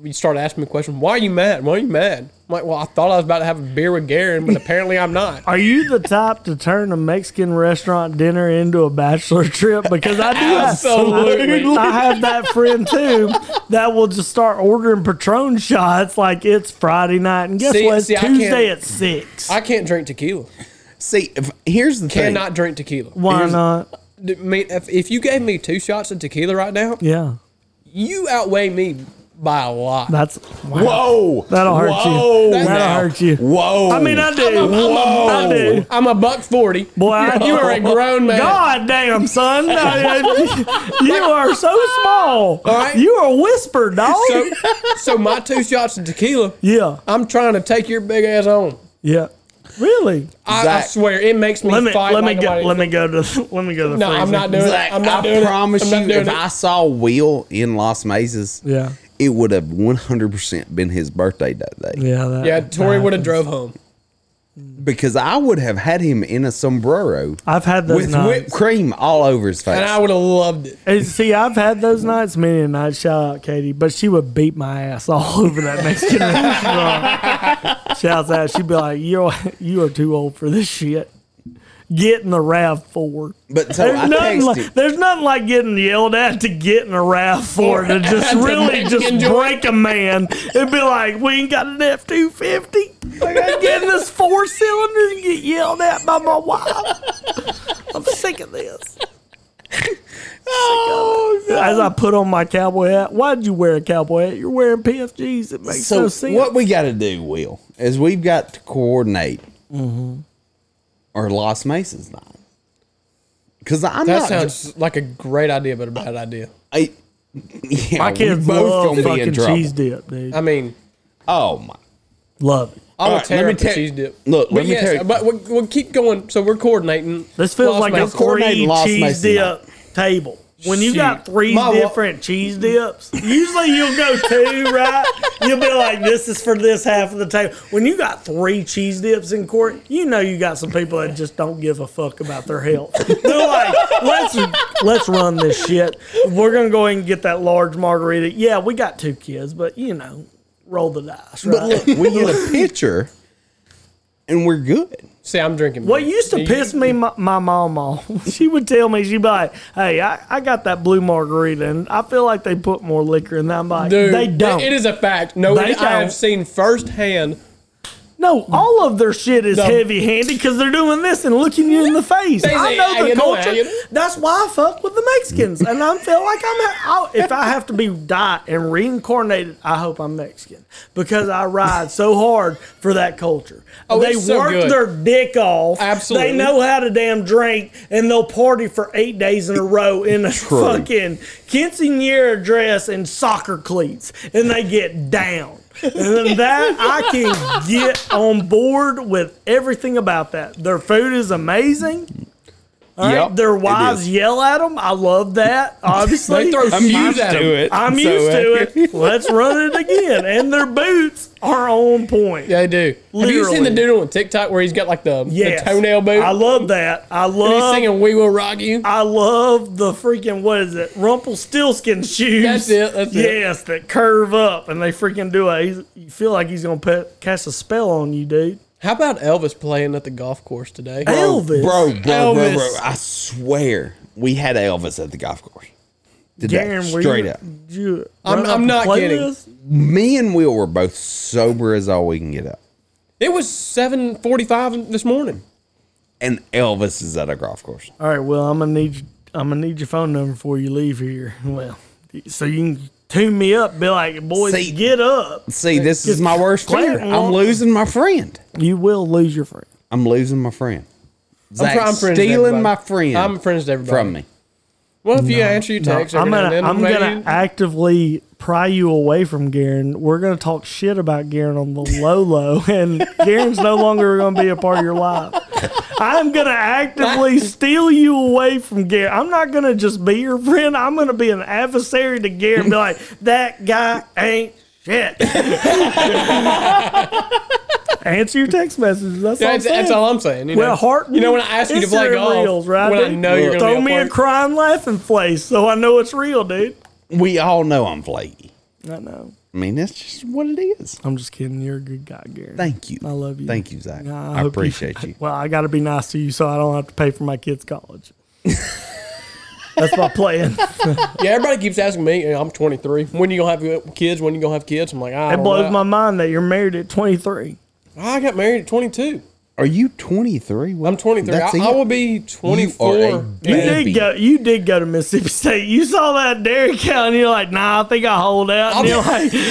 we started asking me questions. Why are you mad? Why are you mad? I'm like, well, I thought I was about to have a beer with Garen, but apparently I'm not.
Are you the type to turn a Mexican restaurant dinner into a bachelor trip? Because I do
Absolutely.
I have that friend too that will just start ordering Patron shots like it's Friday night, and guess
See-
what? It's
see, I can't-
Tuesday at six.
I can't drink tequila.
See, if, here's the
Cannot drink tequila.
Why
here's-
not?
I mean, if, if you gave me two shots of tequila right now,
Yeah.
you outweigh me by a lot.
That's
Whoa.
That'll hurt you.
Whoa,
That'll
now.
hurt you.
Whoa.
I mean, I do.
I'm a-
I do.
I'm a buck forty.
Boy, I
you are a grown man.
God damn, son. you are so small.
right.
You are a whisper, dog.
So, so my two shots of tequila,
yeah.
I'm trying to take your big ass home.
Yeah. Really?
I, I
Zach,
swear, it makes me
Let me
fight.
let me
like
go
nobody-
let me go to let me go to the
No, I'm
freezer.
not doing
Zach,
it. I'm not
I
doing
promise
it. I'm not
you,
doing
if
it.
I saw Will in Las Mesas,
Yeah.
it would have 100% been his birthday that day
Yeah, that,
yeah, Tori
that
would
happens.
have drove home.
because I would have had him in a sombrero
I've had those
with whipped
nights.
cream all over his face.
And I would have loved it.
Hey, See, I've had those nights many a night. Shout out Katie, but she would beat my ass all over that Mexican restaurant. Shouts out, she'd be like, "You you are too old for this shit. Get in the Rav Four.
but so
There's
I
nothing,
texted.
like, there's nothing like getting yelled at to get in a rav for to just really
make-
just
enjoy.
break a man and be like, we ain't got an F two fifty. I gotta get in this four cylinder and get yelled at by my wife. I'm sick of this.
oh, God.
As I put on my cowboy hat, why'd you wear a cowboy hat? You're wearing PFGs. It makes
so
no sense.
what we got to do, Will, is we've got to coordinate
Mm-hmm.
our Las Mesas night. Because I'm
That
not.
sounds like a great idea, but a bad idea.
I, yeah,
My kids
we
love
both gonna be in
fucking
trouble.
cheese dip, dude.
I mean,
Oh my!
Love it.
All
I'll
right,
tear
let me
up the
tell
cheese dip.
Look,
But
let me
yes,
tell you.
But we'll, we'll keep going. So we're coordinating.
This feels
Las
like
Vegas.
a three
Coordinating Las
cheese
Mesas
dip table. When you got
Shoot.
three
My wa-
different cheese dips, usually you'll go two, right? You'll be like, "This is for this half of the table." When you got three cheese dips in court, you know you got some people that just don't give a fuck about their health. They're like, "Let's let's run this shit. We're gonna go ahead and get that large margarita." Yeah, we got two kids, but you know, roll the dice, right?
But look, we get a picture, and we're good.
See, I'm drinking.
What
beer.
used to
You-
piss me, my, my mom off, she would tell me, she'd be like, hey, I, I got that blue margarita, and I feel like they put more liquor in that. I'm like,
Dude,
they don't.
It is a fact. No,
They
it- I
don't.
have seen firsthand.
no, all of their shit is
No.
heavy-handed because they're doing this and looking you in the face.
They
I
say,
know the
"Ayan,
culture.
ayan."
That's why I fuck with the Mexicans, and I feel like I'm. I, if I have to be die and reincarnated, I hope I'm Mexican because I ride so hard for that culture.
Oh,
they
it's so
work
good.
their dick off.
Absolutely.
they know how to damn drink, and they'll party for eight days in a row in a
True.
fucking quinceanera dress and soccer cleats, and they get down. And that I can get on board with everything about that. Their food is amazing. All right,
Yep,
their
it
wives
is.
yell at them. I love that. Obviously,
They throw
I'm,
shoes at him.
it.
I'm
So,
used
uh,
to it. Let's run it again. And their boots are on point.
They do. Have you seen the
Literally.
dude on TikTok where he's got like the, the
Yes.
toenail boot?
I love that. I
And he's
love.
singing "We Will Rock You."
I love the freaking what is it? Rumpelstiltskin shoes.
That's it, that's it.
yes, that curve up and they freaking do it. He's, you feel like he's gonna put, cast a spell on you, dude.
How about Elvis playing at the golf course today?
Elvis,
bro, bro, bro, bro,
Elvis.
I swear, we have had Elvis at the golf course today,
Darren, were
straight
you,
up.
did you
I'm-
run up
I'm
the
not kidding.
playlist?
Me and Will were both sober as all we can get up,
It was seven forty-five this morning.
and Elvis is at a golf course.
All right, well, I'm gonna need I'm gonna need your phone number before you leave here. Well, so you can tune me up, be like, boys,
See-
get up.
See, this is
Just
my worst
play
fear.
it
I'm
along.
losing my friend.
You will lose your friend.
I'm losing my friend. Zach,
fr- I'm friends with
stealing
everybody.
my friend
I'm friends with everybody.
from me.
Well, if you answer your
No,
text, every
I'm
now
gonna
and then,
I'm
maybe
gonna
you-
actively pry you away from Garen. We're gonna talk shit about Garen on the low low, and Garen's no longer gonna be a part of your life. I'm gonna actively steal you away from Garen. I'm not gonna just be your friend. I'm gonna be an adversary to Garen. and Be like that guy ain't shit. Answer your text messages. That's, all, I'm
That's, that's
saying.
all I'm saying. You
Well,
know?
heart.
You know when I ask you to play
Instagram
golf,
reels, right,
when I
dude?
know you're gonna
throw
be a
me
part-
a crying laughing place, so I know it's real, dude.
We all know I'm flaky.
I know.
I mean, that's just what it is.
I'm just kidding. You're a good guy, Gary.
Thank you.
I love you.
Thank you, Zach.
Nah,
I,
hope
appreciate you.
Well, I got to be nice to you so I don't have to pay for my kids' college. That's my plan.
Yeah, everybody keeps asking me. you know, I'm 23. When you gonna have kids? When you gonna have kids? I'm like, I
It
don't
blows
know.
my mind that you're married at 23.
I got married at 22.
Are you 23?
I'm 23. I,
That's
I
it.
will be 24.
You are a
You
baby.
did go. You did go to Mississippi State. You saw that dairy cow, and you're like, "Nah, I think I hold out." And
I'll-
you're like, you're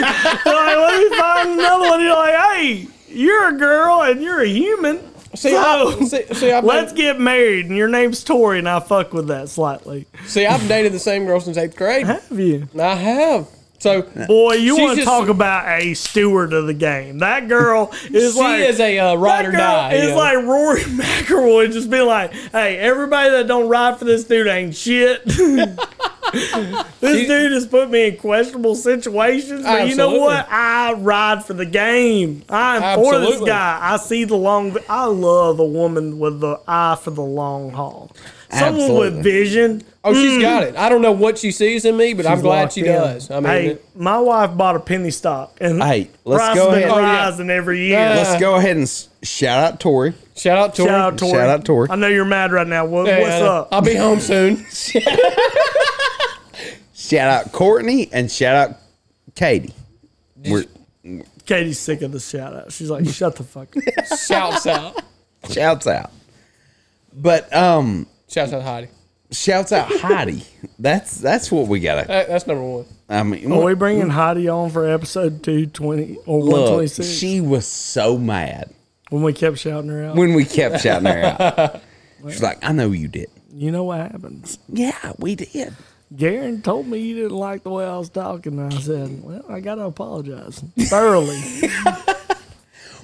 like, "Let me find another one." You're like, "Hey, you're a girl, and you're a human."
See,
so
I, see, see, I've
let's
been,
get married, and your name's Tori, and I fuck with that slightly.
see, I've dated the same girl since eighth grade.
Have you?
I have. So
Boy, you
She's
want to
just-
talk about a steward of the game? That girl is
she
like
is a uh, ride
That
or
girl
die.
is
yeah.
like Rory McIlroy just being like, "Hey, everybody that don't ride for this dude ain't shit." this dude has put me in questionable situations, but you know
Absolutely.
what? I ride for the game. I am for this
Absolutely.
guy. I see the long. I love a woman with the eye for the long haul. Someone
Absolutely.
with vision.
oh, she's got it. I don't know what she sees in me, but I'm
is
glad
mm. locked
she
in.
does. I mean,
hey,
it-
my wife bought a penny stock, and
Hey, let's
price
go
has been
ahead. Oh,
yeah.
rising every
uh,
year.
Let's go ahead and s- shout out Tori.
shout out to
Shout
her.
out, Tori.
Shout out Tori.
I know you're mad right now. What,
Hey,
what's
uh,
up?
I'll be home soon.
Shout out Courtney and shout out Katie. We're,
Katie's sick of the shout out. She's like, shut the fuck up.
Shouts out.
shouts out. But um,
Shouts out Heidi.
shouts out Heidi. That's that's what we gotta.
That, that's number one.
I mean,
Are we bringing Heidi on for episode 220 or
look,
126
she was so mad
when we kept shouting her out?
when we kept shouting her out. She's like, "I know you did."
You know what happened?
Yeah, we did.
Garen told me you didn't like the way I was talking. And I said, well, I got to apologize thoroughly.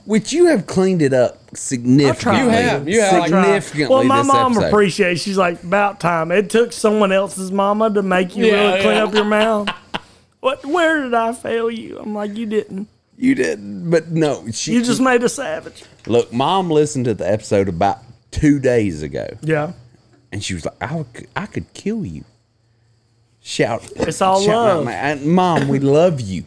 Which you have cleaned it up significantly.
You
have. You have, like-
significantly.
well, my
this
mom
episode.
appreciates. She's like, about time. It took someone else's mama to make you
Yeah,
really clean
yeah.
up your mouth. What? Where did I fail you? I'm like, you didn't.
You did, but no, she
You just made a savage.
look. Mom listened to the episode about two days ago,
Yeah.
and she was like, "I could, I could kill you." Shout!
It's all
shout out
love.
my- and Mom, we love you.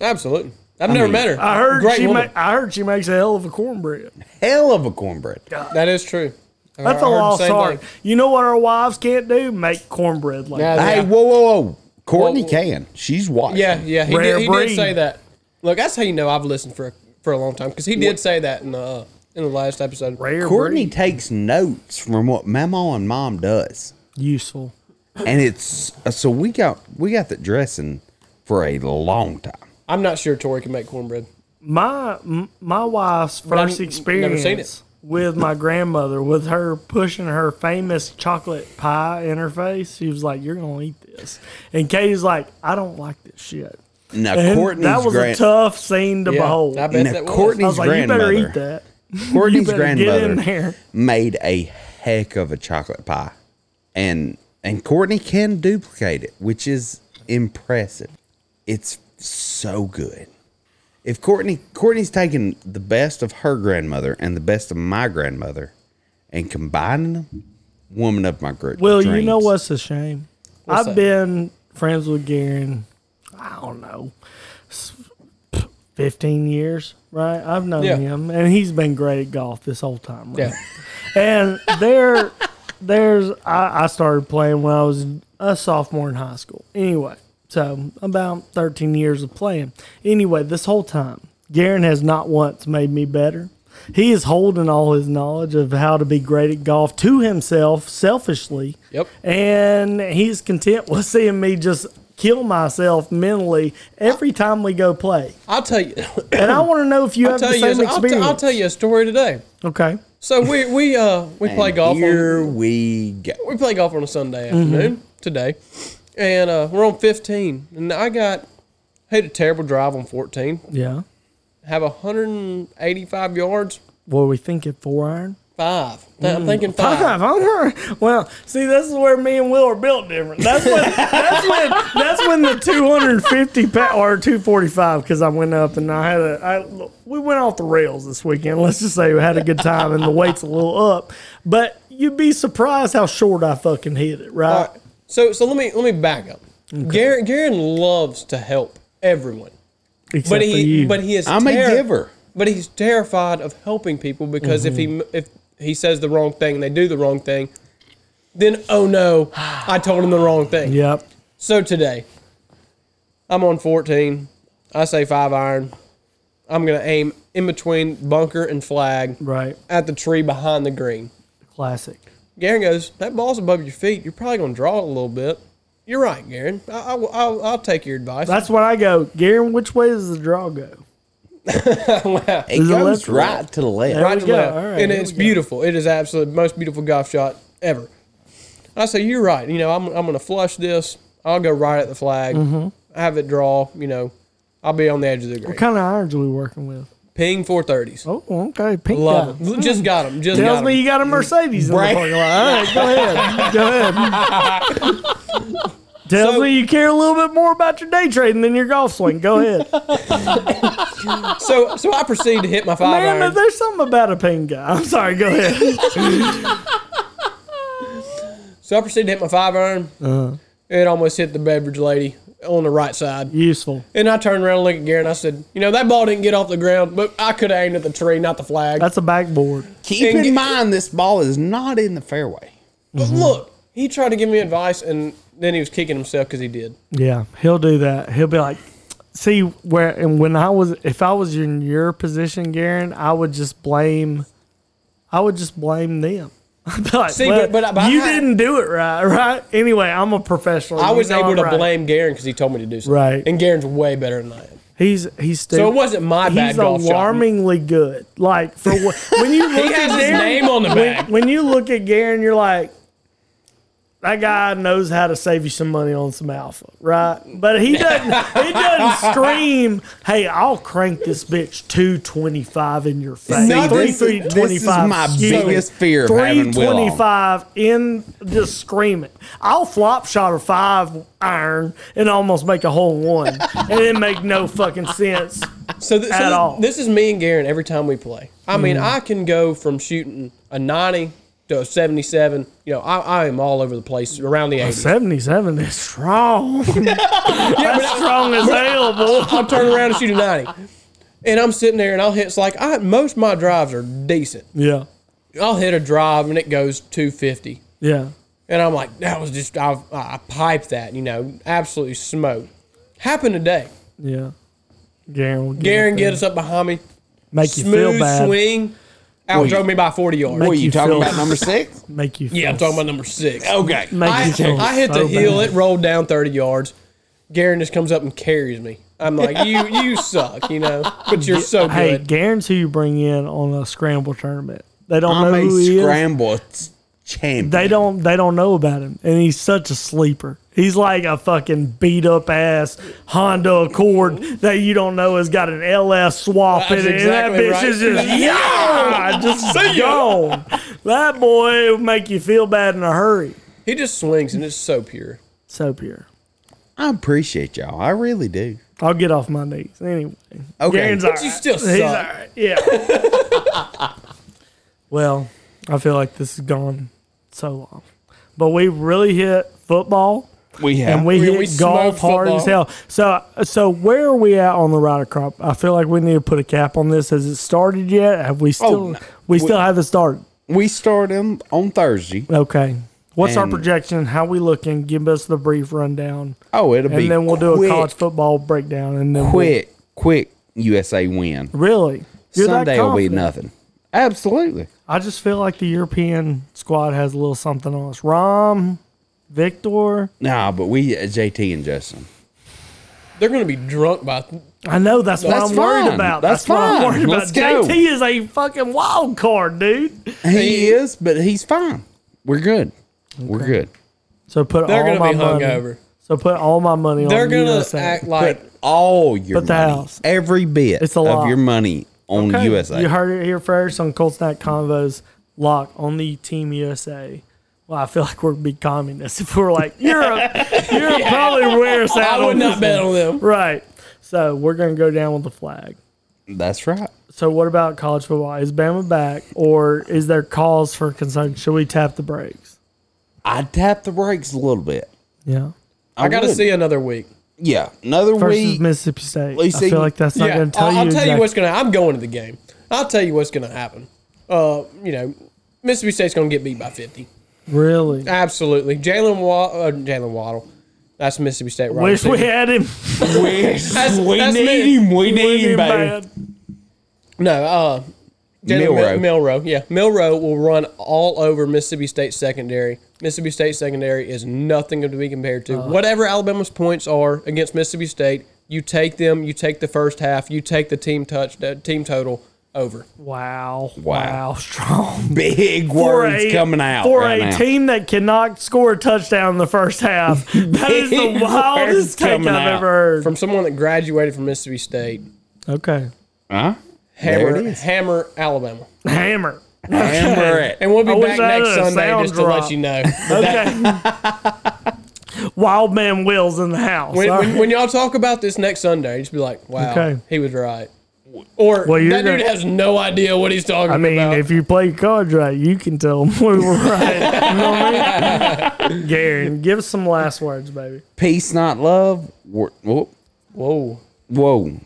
Absolutely. I've never
mean,
met her.
I heard
Great
she.
woman.
Ma- I heard she makes a hell of a cornbread.
Hell of a cornbread.
that is true. I-
uh, That's
I
a
heard the
lost
same
art.
thing.
You know what our wives can't do? Make cornbread like
Yeah,
that.
Hey,
Oh, yeah.
whoa, whoa, whoa! Courtney
Well,
can. She's watching.
Yeah, yeah, he,
Rare
did, he did
breed.
say that. Look, that's how you know I've listened for a, for a long time because he did say that in the uh, in the last episode.
Rare
Courtney
breed.
takes notes from what Mama and Mom does,
useful.
and it's uh, so we got we got the dressing for a long time.
I'm not sure Tori can make cornbread.
My m- my wife's
I've
first
n- never
experience
seen it.
with my grandmother, with her pushing her famous chocolate pie in her face, she was like, "You're gonna eat this," and Katie's like, "I don't like this shit."
Now
And
Courtney's
that was a
grand-
tough scene to
Yeah,
behold.
I
I,
bet
Now,
that was.
Courtney's
was like, "You better
grandmother.
eat that."
Courtney's
better get
grandmother
in there.
made a heck of a chocolate pie, and and Courtney can duplicate it, which is impressive. It's so good. If Courtney Courtney's taking the best of her grandmother and the best of my grandmother, and combining them, woman of my group.
Well, you know what's a shame? I've
that?
been friends with Garen, I don't know, s- 15 years, right? I've known
Yeah.
him, and he's been great at golf this whole time, right?
Yeah,
And there, there's, I, I started playing when I was a sophomore in high school. Anyway, so about 13 years of playing. Anyway, this whole time, Garen has not once made me better. He is holding all his knowledge of how to be great at golf to himself selfishly.
Yep.
And he's content with seeing me just kill myself mentally every time we go play.
I'll tell you.
And I want to know if you
I'll
have the
tell you.
same
I'll, t-
experience.
I'll tell you a story today.
Okay.
So we we uh we play golf.
Here
On,
we go.
we play golf on a Sunday
Mm-hmm.
afternoon today, and uh, we're on 15, and I got hit a terrible drive on 14.
Yeah.
Have 185 yards.
What were we thinking? Four iron?
Five.
Mm.
I'm thinking five.
Five. I'm her. Well, see, this is where me and Will are built different. That's when. that's when. That's when the 250 pa- or 245 because I went up and I had a. I look, we went off the rails this weekend. Let's just say we had a good time and the weight's a little up, but you'd be surprised how short I fucking hit it. Right.
All right. So so let me let me back up. Garen, Garen loves to help everyone,
Except
but
for
he
you.
but he is
I'm a giver.
But he's terrified of helping people because
Mm-hmm.
if he if he says the wrong thing and they do the wrong thing, then oh no, I told him the wrong thing.
Yep.
So today, I'm on 14. I say five iron. I'm gonna aim in between bunker and flag
Right.
at the tree behind the green.
Classic.
Garen goes, That ball's above your feet. You're probably going to draw it a little bit. You're right, Garen. I, I, I'll, I'll take your advice.
That's when I go, Garen, which way does the draw go?
It
Is it
goes
left or
right
left?
to the left.
There
right
we
to
go.
left.
All right,
and
here
it's
we go.
beautiful. It is absolutely the most beautiful golf shot ever. I say, You're right. You know, I'm, I'm going to flush this. I'll go right at the flag.
Mm-hmm.
I have it draw. You know, I'll be on the edge of the green.
What kind of irons are we working with?
Ping 430s.
Oh, okay. Pink
Love
guy.
them. Just got them. Just
Tells
got
me
'em.
you got a Mercedes in the
Right.
parking lot. All right, go ahead. Go ahead. Tells
So-
me you care a little bit more about your day trading than your golf swing. Go ahead.
So, so I proceed to hit my five
Man,
iron.
there's something about a pink guy. I'm sorry. Go ahead.
So I proceeded to hit my five iron.
Uh-huh.
It almost hit the beverage lady on the right side.
Useful.
And I turned around and looked at Gary and I said, You know, that ball didn't get off the ground, but I could have aimed at the tree, not the flag.
That's a backboard.
Keep
And-
in mind this ball is not in the fairway.
But
mm-hmm.
look, he tried to give me advice and then he was kicking himself because he did.
Yeah, he'll do that. He'll be like, see where and when I was if I was in your position, Garen, I would just blame I would just blame them. I'd be like,
See,
"Well,
but- but- but
you
I-
didn't do it right, right? Anyway, I'm a professional.
I
You
was
know
able
I'm
to
right.
blame Garen because he told me to do something.
Right.
And Garen's way better than I am.
He's he's stupid.
So it wasn't my bad
He's
golf shot.
alarmingly good. Like for what when you look
He
at
has his
Garen-
name on the
when,
bag.
when you look at Garen, you're like, that guy knows how to save you some money on some alpha, right? But he doesn't. he doesn't scream, "Hey, I'll crank this bitch two twenty five in your face."
See,
Three
this is-
three
this is my
25, excuse me.
biggest fear of having Will on.
325 in just screaming. I'll flop shot a five iron and almost make a hole in one, and it make no fucking sense.
So, th- so
At
th-
all. Hmm.
this is me and Garen every time we play. I mean, I can go from shooting a 90 to a 77. You know, I, I am all over the place around the 80s.
Seventy seven is strong. That's strong as hell, boy.
I'll turn around and shoot a 90. And I'm sitting there and I'll hit, it's like, I, most of my drives are decent.
Yeah,
I'll hit a drive and it goes 250.
yeah.
And I'm like, that was just, I, I piped that, you know, absolutely smoked. Happened today.
Yeah. Garen will get
Garen
up there.
gets up behind me,
make you feel
smooth
bad.
swing, outdrove me by 40 yards.
What are
Make
you,
you
talking
feel-
about? Number six?
Make you feel
yeah, I'm talking about number six.
Okay.
make
I,
you feel
I hit the
so
hill,
bad.
it rolled down 30 yards. Garen just comes up and carries me. I'm like, you you suck, you know, but you're so
Hey,
good.
Garen's who you bring in on a scramble tournament. They don't
I'm
know
a
who he is.
scramble t- champion.
They don't they don't know about him. And he's such a sleeper. He's like a fucking beat up ass Honda Accord that you don't know has got an LS swap in
That's
it.
exactly
and that bitch
right.
is just yeah, just gone. That boy will make you feel bad in a hurry.
He just swings and it's so pure.
So pure.
I appreciate y'all. I really do.
I'll get off my knees anyway.
Okay.
Garen's
But you
alright.
still
He's
suck.
alright, Yeah. well, I feel like this has gone so long, but we really hit football
We have.
and we,
We-
hit
we
golf
smoked
hard as
football.
hell. So, so where are we at on the Ryder Cup? I feel like we need to put a cap on this. Has it started yet?
Oh,
Have we still?
no.
we, still haven't started.
we start them on Thursday.
Okay. What's our
And-
projection? How we looking? Give us the brief rundown,
Oh, it'll be
and then we'll do a
quick,
college football breakdown, and then we'll-
quick, quick USA win.
really. You're that
Sunday will be
confident?
nothing. Absolutely.
I just feel like the European squad has a little something on us. Rom, Victor.
Nah, but we uh, JT and Justin.
They're going to be drunk by
I know that's what
That's
I'm worried
fine.
about.
That's
what I'm
fine.
worried
Let's
about.
go.
JT is a fucking wild card, dude.
He is, but he's fine. We're good. We're good.
So put
They're
all
gonna
my
be
money.
hungover.
So put all my money
They're
on
gonna
USA.
act like
Put all your
Put the
money,
house.
every bit
It's a
of
lot.
your money on
Okay.
USA.
You heard it here first on Colts Night Convos. Lock on the Team USA. Well, I feel like we're big communists if we're like Europe. Europe probably wear us out.
I would
on
not
this
bet
one.
on them.
Right. So we're gonna go down with the flag.
That's right.
So what about college football? Is Bama back, or is there cause for concern? Should we tap the brakes?
I tap the brakes a little bit.
Yeah,
I got to
would.
see another week.
Yeah, another
versus
week.
Mississippi State. I
Lacey-
feel like that's not
Yeah,
going to tell
I'll,
you.
I'll tell you
exactly-
what's going to. I'm going to the game. I'll tell you what's going to happen. Uh, you know, Mississippi State's going to get beat by 50.
really.
Absolutely. Jalen Wa- uh, Jalen Waddle. That's Mississippi State. Right
Wish we had him.
that's, that's Mi-
We need him bad.
No, uh, Jalen
Milroe.
Mil- Milroe, yeah, Milroe will run all over Mississippi State secondary. Mississippi State secondary is nothing to be compared
Uh.
to. Whatever Alabama's points are against Mississippi State, you take them. You take the first half. You take the team touch the team total over.
Wow.
Wow.
Wow. Strong.
Big words coming out.
for
right
a
now.
team that cannot score a touchdown in the first half. That is the
Big words
wildest take I've
coming out.
ever heard.
From someone that graduated from Mississippi State,
okay,
Huh?
hammer,
it is.
hammer Alabama,
hammer.
Hammer it.
and we'll be
I wish
back
I had
next
a
Sunday
sound
just to
drop.
let you know.
Okay. Wild man Will's in the house.
When,
All
when,
right.
when y'all talk about this next Sunday, just be like, "Wow,
Okay.
he was right," or
Well, you're
that dude
gonna-
has no idea what he's talking
I mean,
about.
if you play your cards right, you can tell them we were right. You know what I mean? Garen, give us some last words, baby.
Peace, not love. Wor- Whoa.
Whoa.
Whoa.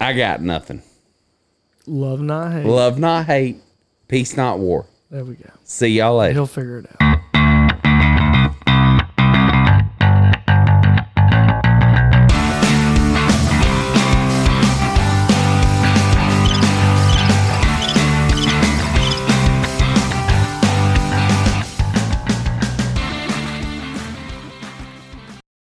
I got nothing.
Love not hate.
Love, not hate. Peace, not war.
There we go.
See y'all later.
He'll figure it out.